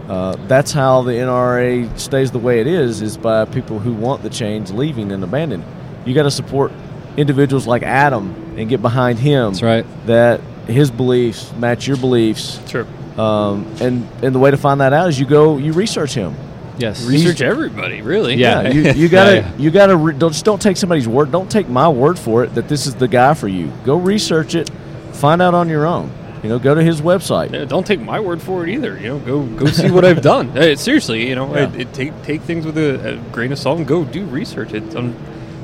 Speaker 2: uh, that's how the NRA stays the way it is is by people who want the change leaving and abandoning. You got to support individuals like Adam and get behind him.
Speaker 6: That's right.
Speaker 2: That his beliefs match your beliefs.
Speaker 8: Sure.
Speaker 2: Um, and and the way to find that out is you go you research him.
Speaker 6: Yes.
Speaker 8: Research everybody, really.
Speaker 6: Yeah.
Speaker 2: you, you gotta
Speaker 6: Yeah, yeah.
Speaker 2: you gotta re- don't just don't take somebody's word. Don't take my word for it that this is the guy for you. Go research it, find out on your own. You know, go to his website.
Speaker 8: Yeah, Uh, don't take my word for it either. You know, go go see what I've done. Uh, seriously, you know, it, it take take things with a, a grain of salt and go do research. It's um,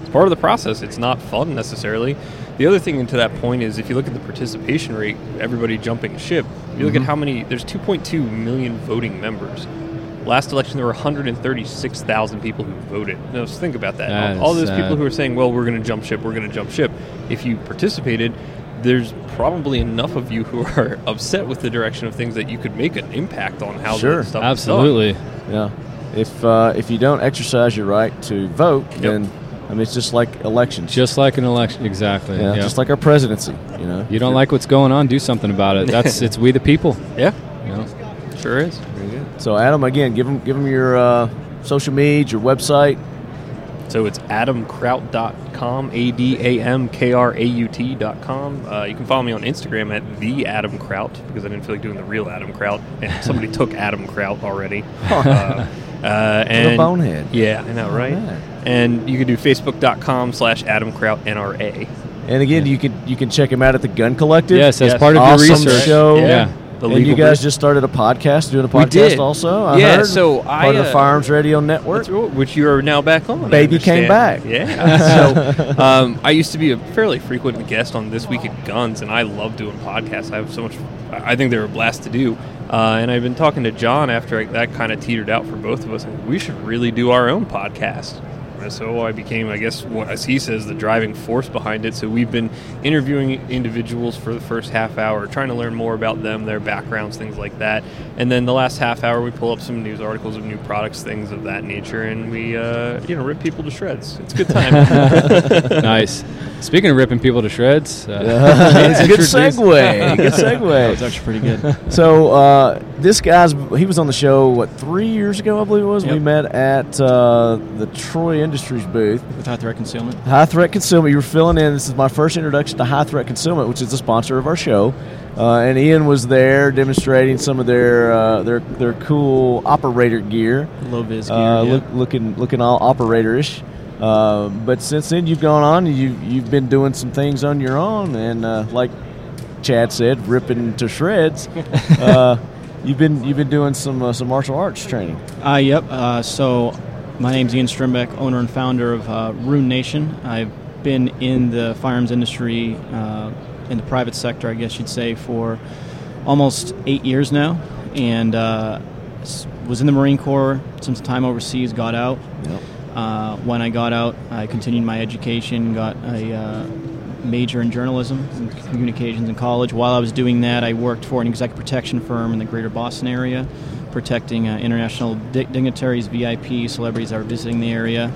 Speaker 8: it's part of the process. It's not fun necessarily. The other thing to that point is if you look at the participation rate, everybody jumping ship. If you look at
Speaker 6: Mm-hmm.
Speaker 8: how many there's 2.2 million voting members. Last election, there were 136,000 people who voted. Now, just think about that.
Speaker 6: That
Speaker 8: All- all
Speaker 6: is
Speaker 8: those people
Speaker 6: sad.
Speaker 8: who are saying, "Well, we're going to jump ship. We're going to jump ship." If you participated, there's probably enough of you who are upset with the direction of things that you could make an impact on how
Speaker 2: Sure.
Speaker 8: that stuff is done.
Speaker 6: Absolutely.
Speaker 2: Yeah. If uh, if you don't exercise your right to vote, then I mean it's just like elections.
Speaker 6: Just like an election. Exactly.
Speaker 2: yeah,
Speaker 6: yeah.
Speaker 2: just like our presidency. You know.
Speaker 6: you don't like what's going on, do something about it. That's it's we the people.
Speaker 8: Yeah,
Speaker 6: You know?
Speaker 8: sure is.
Speaker 2: So Adam, again, give him give him your uh, social media, your website.
Speaker 8: So it's adamkraut.com, A D A M K R A U T.com. Uh, you can follow me on Instagram at the Adam Kraut because I didn't feel like doing the real Adam Kraut, and somebody took Adam Kraut already. Uh, uh, and
Speaker 2: bonehead.
Speaker 8: Yeah, I know, right?
Speaker 2: Alright.
Speaker 8: And you can do facebook.com slash Adam Kraut NRA.
Speaker 2: And again, you can you can check him out at the Gun Collective.
Speaker 6: Yes, as
Speaker 8: Yes.
Speaker 6: part of
Speaker 2: Awesome
Speaker 6: your research.
Speaker 2: show.
Speaker 6: Yeah.
Speaker 8: Yeah. The
Speaker 2: and
Speaker 8: legal
Speaker 2: you guys
Speaker 8: brief.
Speaker 2: just started a podcast, doing a podcast
Speaker 8: did.
Speaker 2: also. I
Speaker 8: Yeah,
Speaker 2: heard.
Speaker 8: so
Speaker 2: part
Speaker 8: I,
Speaker 2: of the
Speaker 8: uh,
Speaker 2: Firearms Radio Network.
Speaker 8: That's right, which you are now back on. I
Speaker 2: Baby came
Speaker 8: understand.
Speaker 2: back.
Speaker 8: Yeah. so um, I used to be a fairly frequent guest on This Week at Guns, and I love doing podcasts. I have so much. I think they're a blast to do. Uh, and I've been talking to John after I, that kind of teetered out for both of us. Like, we should really do our own podcast. And So I became, I guess, what, as he says, the driving force behind it. So we've been interviewing individuals for the first half hour, trying to learn more about them, their backgrounds, things like that. And then the last half hour, we pull up some news articles of new products, things of that nature, and we, uh, you know, rip people to shreds. It's a good time.
Speaker 6: nice. Speaking of ripping people to shreds, uh,
Speaker 2: It's a good
Speaker 6: Introduce-
Speaker 2: segue. Good
Speaker 6: that was
Speaker 2: segue.
Speaker 6: actually pretty good.
Speaker 2: So uh, this guy's he was on the show what three years ago I believe it was. We
Speaker 9: Yep.
Speaker 2: met at uh, the Troy Industries booth.
Speaker 9: with high threat concealment.
Speaker 2: High Threat Concealment. You were filling in. This is my first introduction to High Threat Concealment, which is the sponsor of our show. Uh, and Ian was there demonstrating some of their uh, their their cool operator gear.
Speaker 9: Low vis gear.
Speaker 2: Uh,
Speaker 9: yeah.
Speaker 2: look, looking looking all operatorish. Uh, but since then, you've gone on. and You've you've been doing some things on your own, and uh, like Chad said, ripping to shreds. uh, you've been you've been doing some uh, some martial arts training.
Speaker 9: Uh, yep. Uh, so, my name's Ian Strimbeck, owner and founder of uh, Rune Nation. I've been in the firearms industry, uh, in the private sector, I guess you'd say, for almost eight years now, and uh, s- was in the Marine Corps. Some time overseas, got out. Uh, when I got out, I continued my education, got a uh, major in journalism and communications in college. While I was doing that, I worked for an executive protection firm in the greater Boston area, protecting uh, international di- dignitaries, VIP, celebrities that were visiting the area.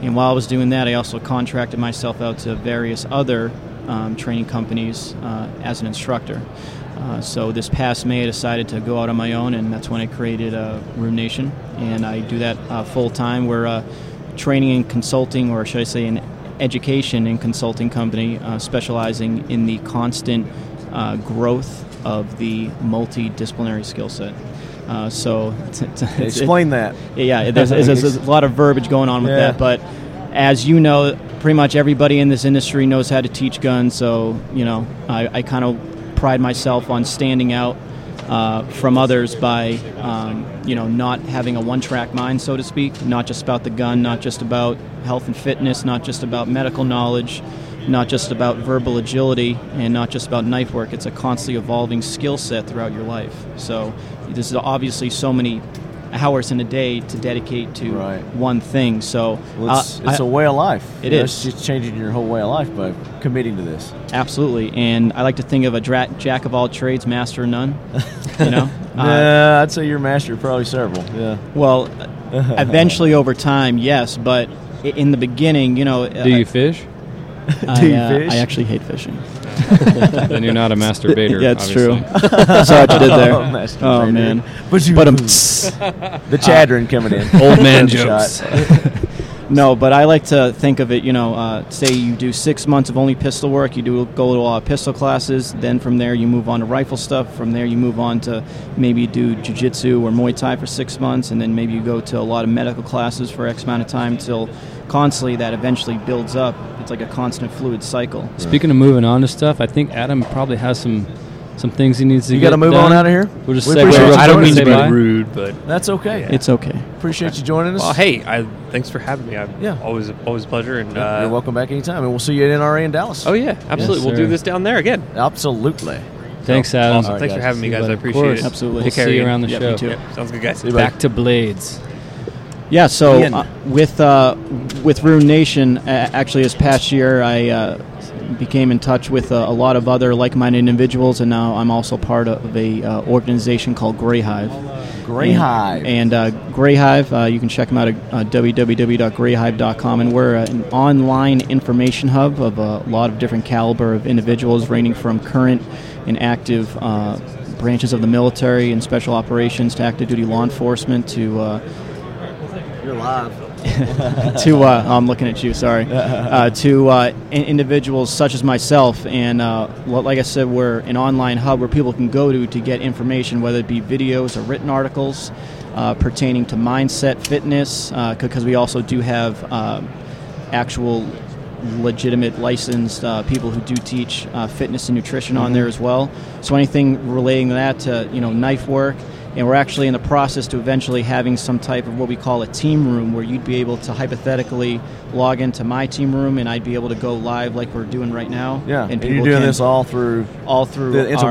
Speaker 9: And while I was doing that, I also contracted myself out to various other um, training companies uh, as an instructor. Uh, so this past May, I decided to go out on my own, and that's when I created uh, Room Nation, and I do that uh, full time. We're uh, training and consulting, or should I say, an education and consulting company uh, specializing in the constant uh, growth of the multidisciplinary skill set. Uh, so, t- t- it's-
Speaker 2: Explain that.
Speaker 9: yeah, yeah there's, there's, there's a lot of verbiage going on with
Speaker 2: Yeah.
Speaker 9: that. But as you know, pretty much everybody in this industry knows how to teach guns. So, you know, I, I kind of pride myself on standing out uh, from others by, um, you know, not having a one track mind, so to speak, not just about the gun, not just about health and fitness, not just about medical knowledge. Not just about verbal agility and not just about knife work. It's a constantly evolving skill set throughout your life. So, this is obviously so many hours in a day to dedicate to
Speaker 2: Right.
Speaker 9: one thing. So
Speaker 2: Well, it's,
Speaker 9: uh,
Speaker 2: it's a
Speaker 9: I-
Speaker 2: way of life.
Speaker 9: It
Speaker 2: You know,
Speaker 9: is.
Speaker 2: It's just changing your whole way of life by committing to this.
Speaker 9: absolutely, and I like to think of a dra- jack of all trades, master of none. You know, Uh,
Speaker 2: yeah, I'd say your master probably several. Yeah.
Speaker 9: well, eventually over time, yes, but i- in the beginning, you know,
Speaker 6: Do you fish?
Speaker 9: I,
Speaker 2: Do you
Speaker 9: uh,
Speaker 2: fish?
Speaker 9: I actually hate fishing.
Speaker 6: then you're not a masturbator.
Speaker 9: yeah, it's
Speaker 6: obviously.
Speaker 9: true. That's what I did there.
Speaker 2: Oh, masturbator.
Speaker 9: Oh, man.
Speaker 2: But you-
Speaker 9: but I'm
Speaker 2: The chadron coming in.
Speaker 6: Old man
Speaker 2: Another shot.
Speaker 6: jokes.
Speaker 9: No, but I like to think of it. You know, uh, say you do six months of only pistol work. You do go to uh, pistol classes. Then from there you move on to rifle stuff. From there you move on to maybe do jujitsu or Muay Thai for six months, and then maybe you go to a lot of medical classes for X amount of time till constantly that eventually builds up. It's like a constant fluid cycle.
Speaker 6: Speaking of moving on to stuff, I think Adam probably has some some things he needs to
Speaker 2: You
Speaker 6: got
Speaker 2: gotta
Speaker 6: to
Speaker 2: move on outta here?
Speaker 6: We'll just
Speaker 2: We
Speaker 6: segue
Speaker 2: appreciate
Speaker 6: real
Speaker 2: you
Speaker 6: quick
Speaker 7: I don't mean
Speaker 6: say
Speaker 7: to be
Speaker 6: bye.
Speaker 7: rude, but
Speaker 2: That's okay.
Speaker 9: It's okay.
Speaker 2: Appreciate you joining us.
Speaker 7: well, hey, I thanks for having me. I,
Speaker 2: Yeah.
Speaker 7: yeah, always always a pleasure. And uh,
Speaker 2: You're welcome back anytime, and we'll see you at NRA in Dallas.
Speaker 7: Oh yeah, absolutely. we'll
Speaker 6: sir.
Speaker 7: do this down there again.
Speaker 2: Absolutely.
Speaker 8: Oh,
Speaker 6: Thanks, Adam.
Speaker 7: Awesome.
Speaker 2: right,
Speaker 7: Thanks
Speaker 2: guys.
Speaker 7: for having me,
Speaker 6: See you
Speaker 7: guys. I
Speaker 6: later. Of
Speaker 7: appreciate
Speaker 6: course.
Speaker 7: it.
Speaker 9: Absolutely.
Speaker 6: We'll
Speaker 7: Take care
Speaker 6: see
Speaker 7: of
Speaker 6: you around the
Speaker 9: Yep,
Speaker 6: show.
Speaker 9: you too.
Speaker 7: Yep, Sounds good, guys.
Speaker 2: you, bud.
Speaker 6: Back to blades.
Speaker 9: Yeah, so
Speaker 2: Ian.
Speaker 9: uh, with uh, with Rune Nation, a actually, this past year, I uh, became in touch with uh, a lot of other like-minded individuals, and now I'm also part of a uh, organization called Grey Hive.
Speaker 2: Grey
Speaker 9: And-
Speaker 2: Hive.
Speaker 9: and uh, Grey Hive, uh, you can check them out at uh, www.greyhive.com, and we're uh, an online information hub of a lot of different caliber of individuals, ranging from current and active. Uh, Branches of the military and special operations to active duty law enforcement to uh,
Speaker 2: You're live.
Speaker 9: to uh, I'm looking at you. Sorry. Uh, to uh, in- individuals such as myself, and uh, well, like I said, we're an online hub where people can go to to get information, whether it be videos or written articles uh, pertaining to mindset, fitness, because we also do have uh, actual legitimate licensed uh, people who do teach uh, fitness and nutrition
Speaker 2: Mm-hmm.
Speaker 9: on there as well. So anything relating to that to you know knife work, and we're actually in the process to eventually having some type of what we call a team room where you'd be able to hypothetically log into my team room and I'd be able to go live like we're doing right now.
Speaker 2: Yeah, and, you're
Speaker 9: people
Speaker 2: doing
Speaker 9: can-
Speaker 2: this all through.
Speaker 9: all through
Speaker 2: The interwebs.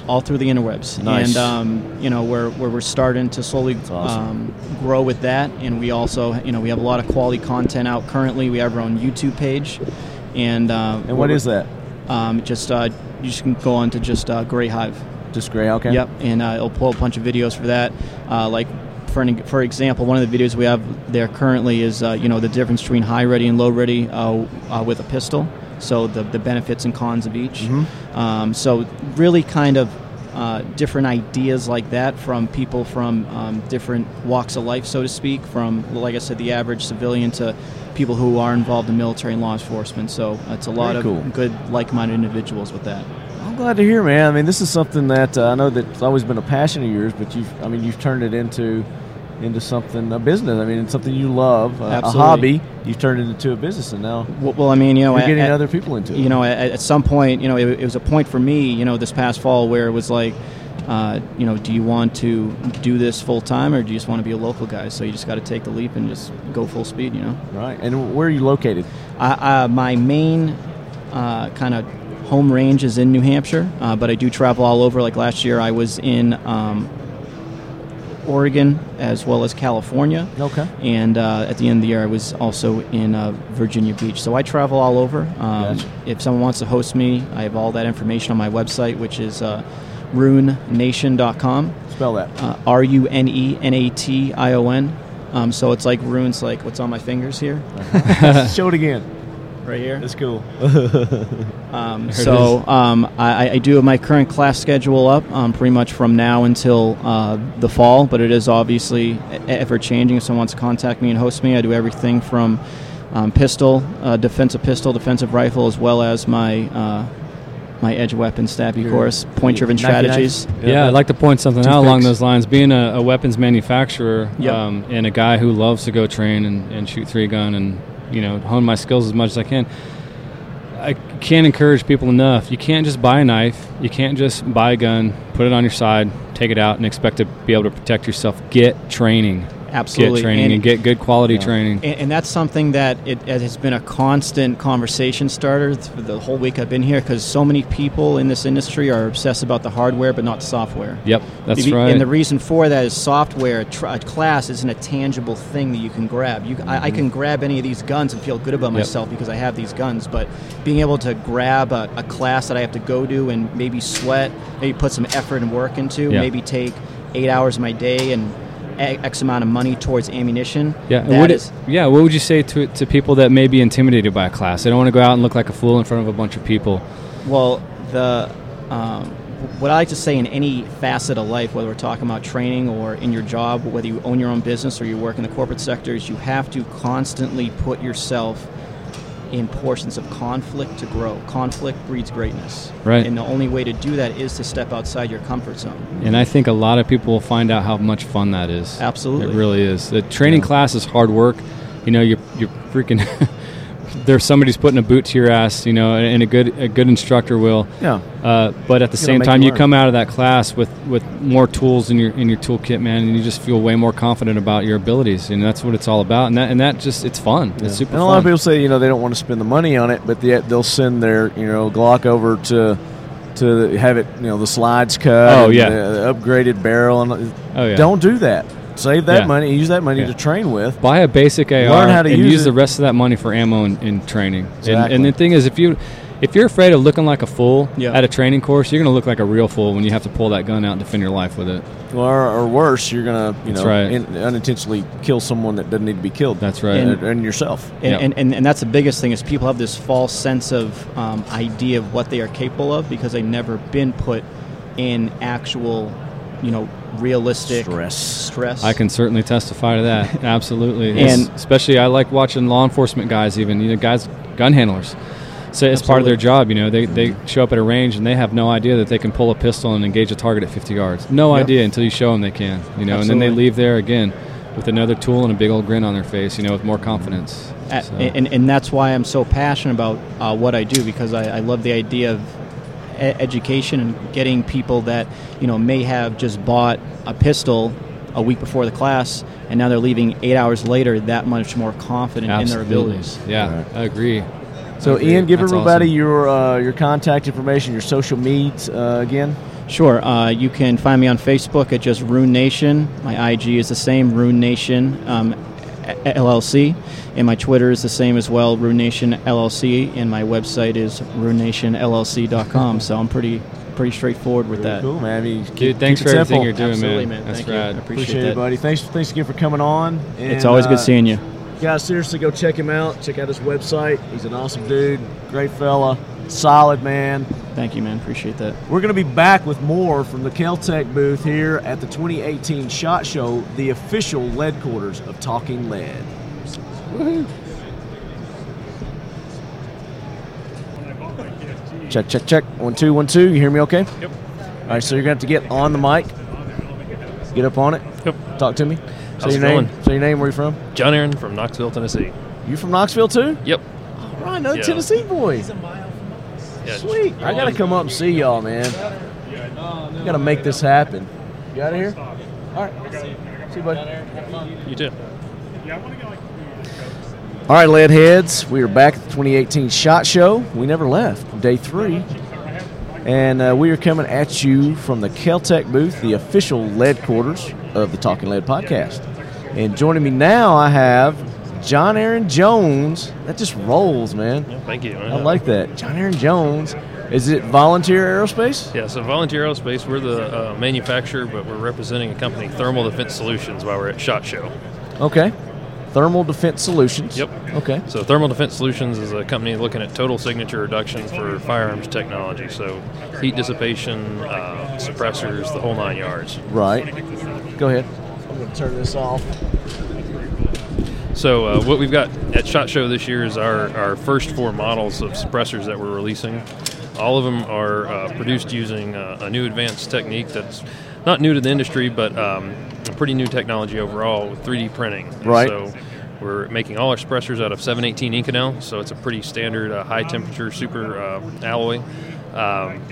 Speaker 9: our- our- all through the interwebs.
Speaker 2: Nice.
Speaker 9: And um, you know, where where we're starting to slowly
Speaker 2: awesome.
Speaker 9: um, grow with that, and we also, you know, we have a lot of quality content out currently. We have our own YouTube page, and um,
Speaker 2: And what is that?
Speaker 9: Um, just uh, you just can go on to just uh, Gray Hive.
Speaker 2: Just Grey. Okay.
Speaker 9: Yep, and uh, it'll pull a bunch of videos for that, uh, like. For, an, for example, one of the videos we have there currently is, uh, you know, the difference between high ready and low ready uh, uh, with a pistol. So the, the benefits and cons of each. Um, so really kind of uh, different ideas like that from people from um, different walks of life, so to speak, from, like I said, the average civilian to people who are involved in military and law enforcement. So uh, it's a lot
Speaker 2: Very
Speaker 9: of
Speaker 2: cool.
Speaker 9: good, like-minded individuals with that.
Speaker 2: I'm glad to hear, man. I mean, this is something that uh, I know that's always been a passion of yours, but you've, I mean, you've turned it into into something a business. I mean, it's something you love, uh, a, a
Speaker 9: Absolutely.
Speaker 2: hobby. You've turned it into a business, and now
Speaker 9: Well, well, I mean, you know,
Speaker 2: you're
Speaker 9: at-
Speaker 2: getting
Speaker 9: at-
Speaker 2: other people into it.
Speaker 9: you know, at, at some point, you know, it, it was a point for me, you know, this past fall where it was like, uh, you know, do you want to do this full time or do you just want to be a local guy? So you just got to take the leap and just go full speed, you know.
Speaker 2: right? And where are you located?
Speaker 9: I, uh, my main uh, kind of home range is in New Hampshire, uh, but I do travel all over. Like last year, I was in um, Oregon as well as California.
Speaker 2: Okay.
Speaker 9: And uh, at the end of the year, I was also in uh, Virginia Beach. So I travel all over. Um,
Speaker 2: Gotcha.
Speaker 9: If someone wants to host me, I have all that information on my website, which is uh, runenation.com
Speaker 2: Spell that.
Speaker 9: uh, R U N E N A T I O N. Um, so it's like runes, like what's on my fingers here,
Speaker 2: Show it again.
Speaker 9: right here.
Speaker 2: It's cool.
Speaker 9: Um,
Speaker 6: it
Speaker 9: so um, I, I do have my current class schedule up um, pretty much from now until uh, the fall, but it is obviously e- ever changing. If someone wants to contact me and host me, I do everything from um, pistol, uh, defensive pistol, defensive rifle, as well as my uh, my edge weapon stabby course, point driven
Speaker 2: Knifey knife.
Speaker 9: strategies.
Speaker 6: Yeah, I'd like to point something out along
Speaker 9: picks.
Speaker 6: those lines. Being a, a weapons manufacturer
Speaker 9: Yep.
Speaker 6: um, and a guy who loves to go train and, and shoot three gun and you know hone my skills as much as I can, I can't encourage people enough. You can't just buy a knife. You can't just buy a gun, put it on your side, take it out, and expect to be able to protect yourself. Get training.
Speaker 9: Absolutely.
Speaker 6: Get training and,
Speaker 9: And-
Speaker 6: get good quality training.
Speaker 9: And, and that's something that it, it has been a constant conversation starter th- for the whole week I've been here because so many people in this industry are obsessed about the hardware but not the software.
Speaker 6: yep, that's
Speaker 9: Be-
Speaker 6: right.
Speaker 9: And the reason for that is software, a, tr- a class isn't a tangible thing that you can grab. You, I, I can grab any of these guns and feel good about
Speaker 6: Mm-hmm. Yep.
Speaker 9: myself because I have these guns, but being able to grab a, a class that I have to go to and maybe sweat, maybe put some effort and work into,
Speaker 6: Yeah.
Speaker 9: maybe take eight hours of my day and a- X amount of money towards ammunition.
Speaker 6: Yeah, and
Speaker 9: that
Speaker 6: what
Speaker 9: is
Speaker 6: yeah. What would you say to to people that may be intimidated by a class? They don't want to go out and look like a fool in front of a bunch of people.
Speaker 9: Well, the um, what I like to say in any facet of life, whether we're talking about training or in your job, whether you own your own business or you work in the corporate sector, is you have to constantly put yourself in portions of conflict to grow. Conflict breeds greatness.
Speaker 6: Right.
Speaker 9: And the only way to do that is to step outside your comfort zone.
Speaker 6: And I think a lot of people will find out how much fun that is.
Speaker 9: Absolutely.
Speaker 6: It really is. The training class is hard work. You know, you're, you're freaking. there's somebody's putting a boot to your ass. You know, and, and a good a good instructor will.
Speaker 2: Yeah.
Speaker 6: Uh, but at the
Speaker 2: It'll
Speaker 6: same
Speaker 2: make
Speaker 6: time,
Speaker 2: you
Speaker 6: you
Speaker 2: learn.
Speaker 6: come out of that class with, with more tools in your in your toolkit, man, and you just feel way more confident about your abilities. And that's what it's all about. And that and that just it's fun. It's super.
Speaker 2: And a lot of
Speaker 6: fun.
Speaker 2: people say you know they don't want to spend the money on it, but yet they'll send their you know Glock over to to have it you know the slides cut.
Speaker 6: Oh,
Speaker 2: and
Speaker 6: yeah.
Speaker 2: the upgraded barrel and uh,
Speaker 6: Oh, yeah.
Speaker 2: Don't do that. Save that
Speaker 6: Yeah.
Speaker 2: money. Use that money
Speaker 6: Yeah.
Speaker 2: to train with.
Speaker 6: buy a basic AR
Speaker 2: Learn how to
Speaker 6: and
Speaker 2: use
Speaker 6: use, the
Speaker 2: it.
Speaker 6: rest of that money for ammo and, and training. And, and
Speaker 2: Exactly.
Speaker 6: the thing is, if you if you're afraid of looking like a fool
Speaker 10: Yeah.
Speaker 6: at a training course, you're going to look like a real fool when you have to pull that gun out and defend your life with it.
Speaker 2: Or, or worse, you're gonna you
Speaker 6: That's
Speaker 2: know
Speaker 6: right.
Speaker 2: in, unintentionally kill someone that doesn't need to be killed.
Speaker 6: That's right.
Speaker 2: and, and yourself.
Speaker 9: And,
Speaker 6: Yeah.
Speaker 9: and, and, and that's the biggest thing is people have this false sense of um, idea of what they are capable of because they've never been put in actual, you know, realistic
Speaker 2: Stress.
Speaker 9: stress.
Speaker 6: I can certainly testify to that. Absolutely.
Speaker 9: And-
Speaker 6: and especially I like watching law enforcement guys even, you know, guys gun handlers. So it's part of their
Speaker 9: Absolutely.
Speaker 6: job, you know. They, they show up at a range and they have no idea that they can pull a pistol and engage a target at 50 yards. No idea until you show them they can, you know. And then they
Speaker 9: Absolutely.
Speaker 6: leave there again with another tool and a big old grin on their face, you know, with more confidence.
Speaker 9: At-
Speaker 6: So-
Speaker 9: and, and that's why I'm so passionate about uh, what I do because I, I love the idea of e- education and getting people that you know may have just bought a pistol a week before the class and now they're leaving eight hours later that much more confident in their abilities.
Speaker 6: Yeah, I agree.
Speaker 2: So
Speaker 6: agree.
Speaker 2: Ian, give
Speaker 6: That's
Speaker 2: everybody
Speaker 6: awesome.
Speaker 2: your uh, your contact information, your social meds uh, again.
Speaker 9: Sure, uh, you can find me on Facebook at just Rune Nation. My IG is the same, Rune Nation um, LLC, and my Twitter is the same as well, Rune Nation LLC, and my website is runenationllc.com. so I'm pretty pretty straightforward with that.
Speaker 2: Cool man. I mean, keep-
Speaker 6: Dude, thanks
Speaker 2: keep it
Speaker 6: for
Speaker 2: simple.
Speaker 6: everything you're doing,
Speaker 9: Absolutely,
Speaker 6: man.
Speaker 9: man.
Speaker 6: That's
Speaker 9: Thank you.
Speaker 6: rad.
Speaker 9: I appreciate
Speaker 2: Appreciate it,
Speaker 9: that.
Speaker 2: buddy. Thanks, thanks again for coming on. And,
Speaker 9: It's always
Speaker 2: uh,
Speaker 9: good seeing you.
Speaker 2: Guys, seriously, go check him out. Check out his website. He's an awesome dude, great fella, solid man.
Speaker 9: Thank you, man. Appreciate that.
Speaker 2: We're going to be back with more from the Caltech booth here at the 2018 Shot Show, the official lead quarters of Talking Lead. Check, check, check. One, two, one, two. You hear me okay? Yep. All right, so you're going to have to get on the mic. Get up on it.
Speaker 7: Yep.
Speaker 2: Talk to me. Say
Speaker 7: How's
Speaker 2: your
Speaker 7: it
Speaker 2: name.
Speaker 7: going?
Speaker 2: Say your name. Where you from?
Speaker 7: John Aaron from Knoxville, Tennessee.
Speaker 2: You from Knoxville too?
Speaker 7: Yep.
Speaker 2: All right, another
Speaker 7: Yeah.
Speaker 2: Tennessee boy.
Speaker 7: Yeah,
Speaker 2: Sweet. I gotta come up and see y'all, man. Gotta make this happen. You out of here? All right. See you, buddy.
Speaker 7: You too.
Speaker 2: All right, lead heads. We are back at the 2018 Shot Show. We never left. Day three, and uh, we are coming at you from the Caltech booth, the official lead quarters of the Talking Lead podcast. And joining me now, I have John Aaron Jones. That just rolls, man.
Speaker 7: Thank you.
Speaker 2: I like that. John Aaron Jones. Is it Volunteer Aerospace?
Speaker 7: Yeah, so Volunteer Aerospace, we're the uh, manufacturer, but we're representing a company, Thermal Defense Solutions, while we're at SHOT Show.
Speaker 2: Okay. Thermal Defense Solutions.
Speaker 7: Yep.
Speaker 2: Okay.
Speaker 7: So Thermal Defense Solutions is a company looking at total signature reduction for firearms technology, so heat dissipation, uh, suppressors, the whole nine yards.
Speaker 2: Right. Go ahead. I'm going to turn this off.
Speaker 7: So uh, what we've got at Shot Show this year is our, our first four models of suppressors that we're releasing. All of them are uh, produced using uh, a new advanced technique that's not new to the industry, but um, a pretty new technology overall with 3D printing. And
Speaker 2: Right.
Speaker 7: So we're making all our suppressors out of 718 Inconel, so it's a pretty standard uh, high temperature super uh, alloy. Um,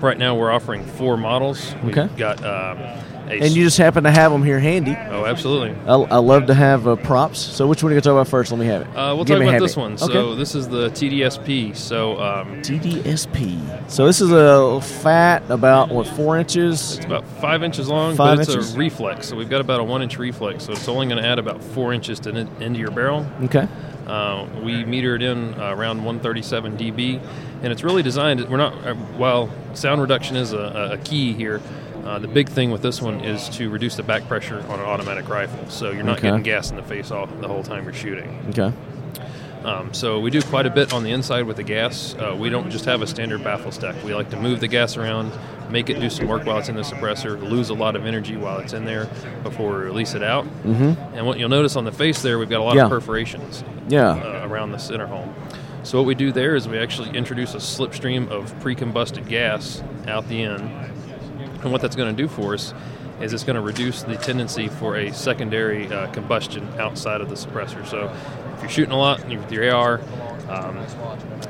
Speaker 7: right now we're offering four models. We've
Speaker 2: Okay.
Speaker 7: got um, a
Speaker 2: And you just happen to have them here handy.
Speaker 7: oh absolutely.
Speaker 2: I, I love to have uh, props. So which one are you going to talk about first? Let me have it.
Speaker 7: Uh, we'll
Speaker 2: Give
Speaker 7: talk
Speaker 2: me
Speaker 7: about
Speaker 2: have
Speaker 7: this
Speaker 2: it.
Speaker 7: one.
Speaker 2: Okay.
Speaker 7: So this is the TDSP. So um, it's
Speaker 2: DDSP. So this is a fat about what four inches.
Speaker 7: about five inches long,
Speaker 2: Five
Speaker 7: but it's
Speaker 2: inches.
Speaker 7: a reflex. So we've got about a one-inch reflex. So it's only going to add about four inches to the end of your barrel.
Speaker 2: Okay.
Speaker 7: Uh, we meter it in uh, around 137 dB, and it's really designed. We're not uh, while sound reduction is a, a- a key here. Uh, the big thing with this one is to reduce the back pressure on an automatic rifle, so you're not
Speaker 2: Okay.
Speaker 7: getting gas in the face off the whole time you're shooting.
Speaker 2: Okay.
Speaker 7: Um, so we do quite a bit on the inside with the gas. Uh, we don't just have a standard baffle stack. We like to move the gas around, make it do some work while it's in the suppressor, lose a lot of energy while it's in there before we release it out. Mm-hmm. And what you'll notice on the face there, we've got a lot
Speaker 2: Yeah.
Speaker 7: of perforations
Speaker 2: Yeah.
Speaker 7: uh, around the center hole. So what we do there is we actually introduce a slipstream of pre-combusted gas out the end. And what that's going to do for us is it's going to reduce the tendency for a secondary uh, combustion outside of the suppressor. So if you're shooting a lot and you're with your AR, um,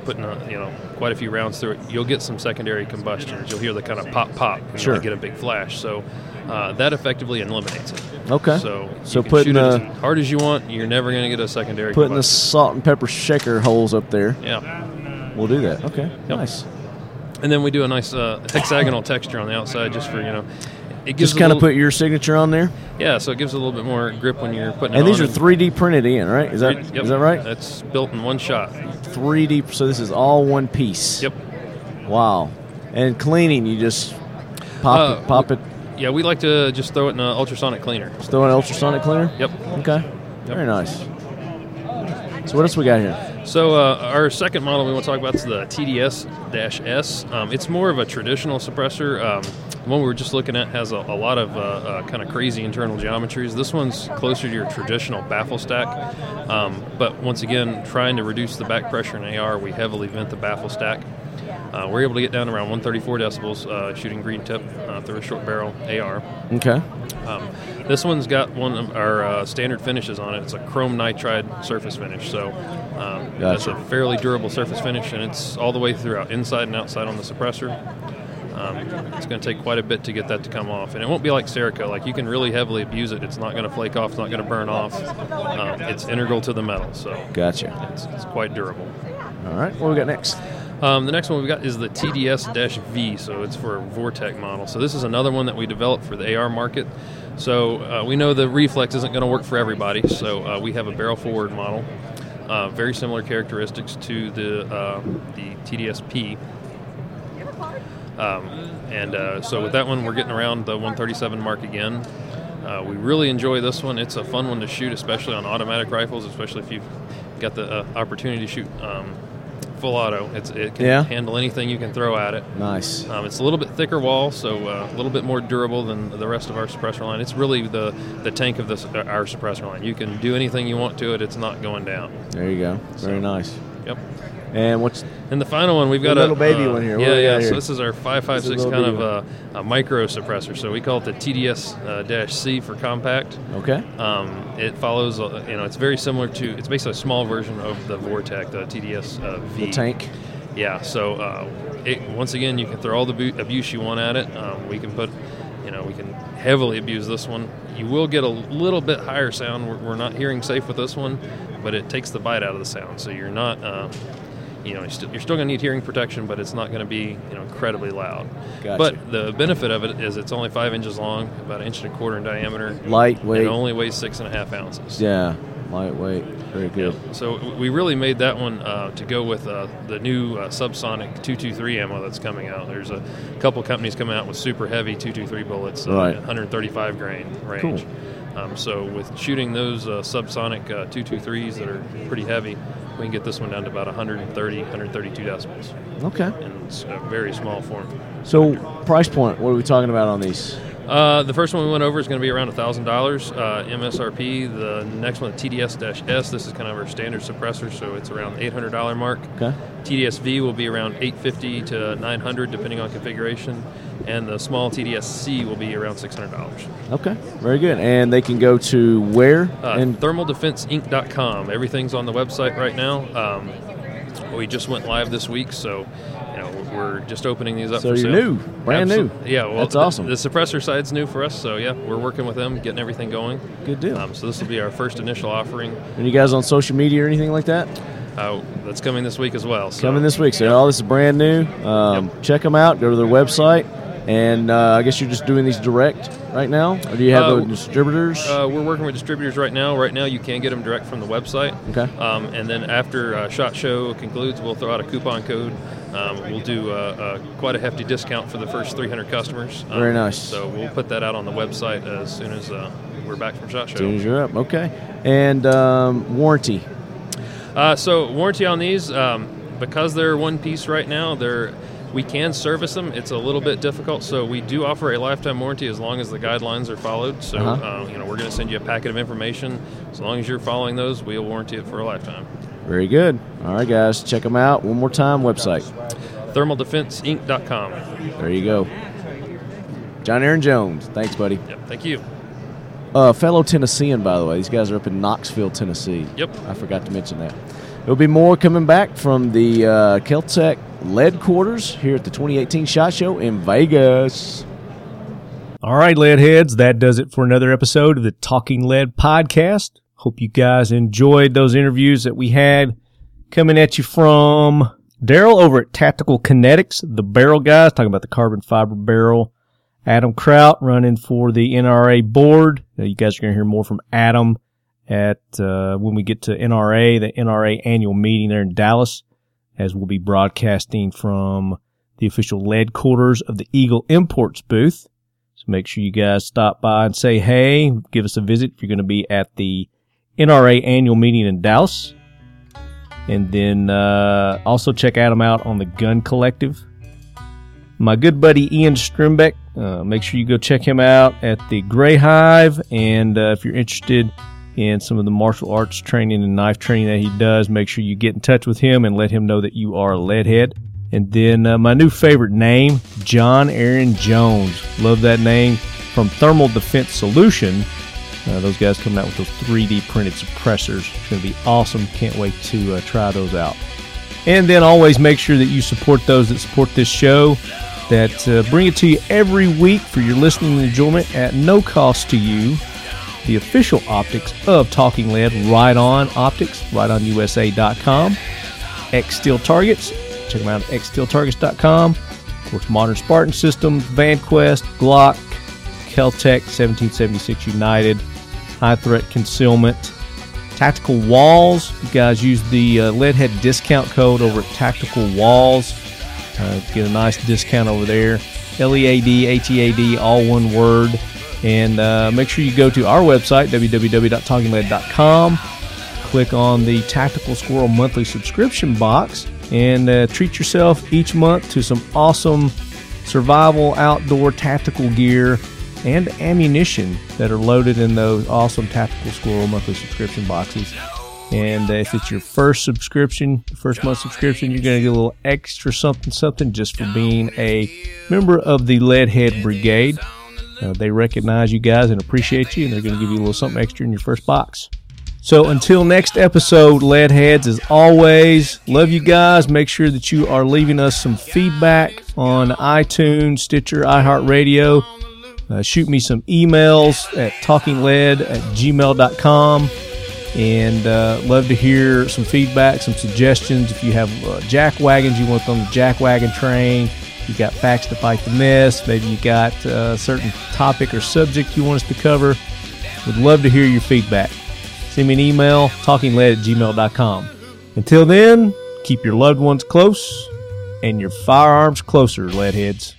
Speaker 7: putting a, you know quite a few rounds through it, you'll get some secondary combustions. You'll hear the kind of pop pop and
Speaker 2: Sure.
Speaker 7: you'll get a big flash. So uh, that effectively eliminates it.
Speaker 2: Okay.
Speaker 7: So you
Speaker 2: So
Speaker 7: can
Speaker 2: putting
Speaker 7: shoot it as
Speaker 2: the-
Speaker 7: hard as you want, you're never going to get a secondary.
Speaker 2: Putting the
Speaker 7: combustion.
Speaker 2: salt and pepper shaker holes up there.
Speaker 7: yeah.
Speaker 2: We'll do that. Okay. Nice.
Speaker 7: and then we do a nice uh, hexagonal texture on the outside just for you know it gives
Speaker 2: Just kind
Speaker 7: of
Speaker 2: of put your signature on there.
Speaker 7: yeah so it gives a little bit more grip when you're putting it
Speaker 2: And these
Speaker 7: on
Speaker 2: are 3D printed in, right? Is that is
Speaker 7: Yep.
Speaker 2: that right?
Speaker 7: that's built in one shot
Speaker 2: 3D. So this is all one piece.
Speaker 7: yep
Speaker 2: Wow. And cleaning, you just pop
Speaker 7: Uh,
Speaker 2: it, pop it,
Speaker 7: yeah we like to just throw it in an ultrasonic cleaner
Speaker 2: just throw an ultrasonic cleaner.
Speaker 7: yep
Speaker 2: Okay. Very nice. So what else we got here?
Speaker 7: So uh, our second model we want to talk about is the TDS-S. Um, it's more of a traditional suppressor. Um, the one we were just looking at has a, a lot of uh, uh, kind of crazy internal geometries. This one's closer to your traditional baffle stack, um, but once again, trying to reduce the back pressure in AR, we heavily vent the baffle stack. Uh, we're able to get down around 134 decibels, uh, shooting green tip uh, through a short barrel AR.
Speaker 2: Okay.
Speaker 7: Um, this one's got one of our uh, standard finishes on it. It's a chrome nitride surface finish, so um, that's a
Speaker 2: Gotcha.
Speaker 7: fairly durable surface finish, and it's all the way throughout, inside and outside on the suppressor. Um, it's going to take quite a bit to get that to come off, and it won't be like Cerakote. Like you can really heavily abuse it. It's not going to flake off. It's not going to burn off. Um, it's integral to the metal, so
Speaker 2: Gotcha.
Speaker 7: it's, it's quite durable.
Speaker 2: All right. What we got next?
Speaker 7: Um, the next one we've got is the TDS-V, so it's for a Vortec model. So this is another one that we developed for the AR market. So uh, we know the reflex isn't going to work for everybody, so uh, we have a barrel forward model. Uh, very similar characteristics to the uh, the TDS-P. Um, and uh, so with that one, we're getting around the 137 mark again. Uh, we really enjoy this one. It's a fun one to shoot, especially on automatic rifles, especially if you've got the uh, opportunity to shoot um, full auto. It's, it can
Speaker 2: Yeah.
Speaker 7: handle anything you can throw at it.
Speaker 2: Nice.
Speaker 7: Um, it's a little bit thicker wall, so uh, a little bit more durable than the rest of our suppressor line. It's really the, the tank of this, our suppressor line. You can do anything you want to it. It's not going down.
Speaker 2: There you go. Very nice.
Speaker 7: Yep.
Speaker 2: And what's
Speaker 7: And the final one, we've got
Speaker 2: The
Speaker 7: a uh,
Speaker 2: little baby one here. What
Speaker 7: Yeah,
Speaker 2: do we
Speaker 7: yeah.
Speaker 2: got here?
Speaker 7: So this is our five five
Speaker 2: This is
Speaker 7: six
Speaker 2: a little
Speaker 7: kind of
Speaker 2: baby
Speaker 7: uh a micro suppressor. So we call it the TDS uh, dash C for compact.
Speaker 2: okay?
Speaker 7: Um, it follows, uh, you know, it's very similar to. It's basically a small version of the Vortec, the TDS uh, V
Speaker 2: The tank.
Speaker 7: Yeah. So uh, it once again, you can throw all the bu- abuse you want at it. Um, we can put, you know, we can heavily abuse this one. You will get a little bit higher sound. We're, we're not hearing safe with this one, but it takes the bite out of the sound. So you're not. Uh, you know, you're still, you're still going to need hearing protection, but it's not going to be, you know, incredibly loud.
Speaker 2: Gotcha.
Speaker 7: But the benefit of it is it's only five inches long, about an inch and a quarter in diameter.
Speaker 2: Lightweight.
Speaker 7: It only weighs six and a half ounces.
Speaker 2: Yeah. Lightweight. Very good.
Speaker 7: So w- we really made that one uh, to go with uh, the new uh, subsonic 223 ammo that's coming out. There's a couple companies coming out with super heavy 223 bullets, uh,
Speaker 2: Right.
Speaker 7: 135 grain range. Um, so with shooting those uh, subsonic uh, 223s that are pretty heavy, we can get this one down to about 130, 132 decibels,
Speaker 2: Okay.
Speaker 7: and it's a very small form.
Speaker 2: So price point. What are we talking about on these?
Speaker 7: Uh, the first one we went over is going to be around $1,000 uh, MSRP. The next one, TDS-S, this is kind of our standard suppressor, so it's around the $800 mark.
Speaker 2: Okay.
Speaker 7: TDS-V will be around 850 to 900 depending on configuration, and the small TDS-C will be around $600.
Speaker 2: Okay. Very good. And they can go to where?
Speaker 7: Uh,
Speaker 2: and
Speaker 7: thermaldefenseinc.com. Everything's on the website right now. Um, we just went live this week, so you know we're just opening these up.
Speaker 2: So
Speaker 7: for
Speaker 2: you're
Speaker 7: sale.
Speaker 2: new, brand new.
Speaker 7: Yeah, well,
Speaker 2: That's
Speaker 7: th-
Speaker 2: awesome.
Speaker 7: The, suppressor side's new for us, so yeah, we're working with them, getting everything going.
Speaker 2: Good deal.
Speaker 7: Um, so this will be our first initial offering
Speaker 2: and you guys on social media or anything like that?
Speaker 7: uh, that's coming this week as well. So.
Speaker 2: coming this week. So all this is brand new. Um, Check them out. Go to their website, and uh, I guess you're just doing these direct right now, or do you have
Speaker 7: Uh,
Speaker 2: those distributors?
Speaker 7: Uh, we're working with distributors right now. Right now, you can get them direct from the website.
Speaker 2: Okay.
Speaker 7: Um, and then after uh, Shot Show concludes, we'll throw out a coupon code Um, we'll do uh, uh, quite a hefty discount for the first 300 customers. Um,
Speaker 2: Very nice.
Speaker 7: So we'll put that out on the website as soon as uh, we're back from Shot Show.
Speaker 2: Soon as you're up, okay. And um, warranty.
Speaker 7: Uh, so warranty on these, um, because they're one piece right now, they're we can service them. It's a little bit difficult, so we do offer a lifetime warranty as long as the guidelines are followed. So
Speaker 2: Uh-huh.
Speaker 7: uh, you know we're going to send you a packet of information. As long as you're following those, we'll warranty it for a lifetime.
Speaker 2: Very good. All right, guys, check them out one more time. Website.
Speaker 7: ThermalDefenseInc.com.
Speaker 2: There you go. John Aaron Jones. Thanks, buddy.
Speaker 7: Yep. Thank you.
Speaker 2: Uh, fellow Tennessean, by the way. These guys are up in Knoxville, Tennessee.
Speaker 7: Yep.
Speaker 2: I forgot to mention that. There'll be more coming back from the uh, Keltec lead quarters here at the 2018 SHOT Show in Vegas.
Speaker 1: All right, lead heads, that does it for another episode of the Talking Lead podcast. Hope you guys enjoyed those interviews that we had coming at you from Daryl over at Tactical Kinetics, the barrel guys, talking about the carbon fiber barrel. Adam Kraut running for the NRA board. Now, you guys are going to hear more from Adam at uh, when we get to NRA, the NRA annual meeting there in Dallas, as we'll be broadcasting from the official lead quarters of the Eagle Imports booth. So make sure you guys stop by and say hey, give us a visit if you're going to be at the NRA annual meeting in Dallas. And then uh, also check Adam out on the Gun Collective. My good buddy Ian Strimbeck, uh, make sure you go check him out at the Gray Hive. And uh, if you're interested in some of the martial arts training and knife training that he does, make sure you get in touch with him and let him know that you are a leadhead. And then uh, my new favorite name, John Aaron Jones. Love that name from Thermal Defense Solution. Uh, those guys coming out with those 3D printed suppressors. It's going to be awesome. Can't wait to uh, try those out. And then always make sure that you support those that support this show, that uh, bring it to you every week for your listening enjoyment at no cost to you. The official optics of Talking Lead, right on optics, rightonusa.com. X Steel Targets. Check them out at xsteeltargets.com. Of course, Modern Spartan Systems, VanQuest, Glock, Keltec, 1776 United, High Threat Concealment, Tactical Walls. You guys use the uh, Leadhead discount code over at Tactical Walls. Uh, get a nice discount over there. L E A D H E A D, all one word. And uh, make sure you go to our website, www.talkingled.com click on the Tactical Squirrel monthly subscription box and uh, treat yourself each month to some awesome survival outdoor tactical gear and ammunition that are loaded in those awesome Tactical Squirrel monthly subscription boxes. And uh, if it's your first subscription, first month subscription, you're going to get a little extra something something just for being a member of the Leadhead Brigade. Uh, they recognize you guys and appreciate you, and they're going to give you a little something extra in your first box. So until next episode, Leadheads, as always, love you guys. Make sure that you are leaving us some feedback on iTunes, Stitcher, iHeartRadio. Uh, shoot me some emails at talkinglead at gmail.com. And uh, love to hear some feedback, some suggestions. If you have uh, jack wagons you want on the jack wagon train, you got facts to fight the mess, maybe you got uh, a certain topic or subject you want us to cover, would love to hear your feedback send me an email, talkingled at gmail.com. Until then, keep your loved ones close and your firearms closer, leadheads.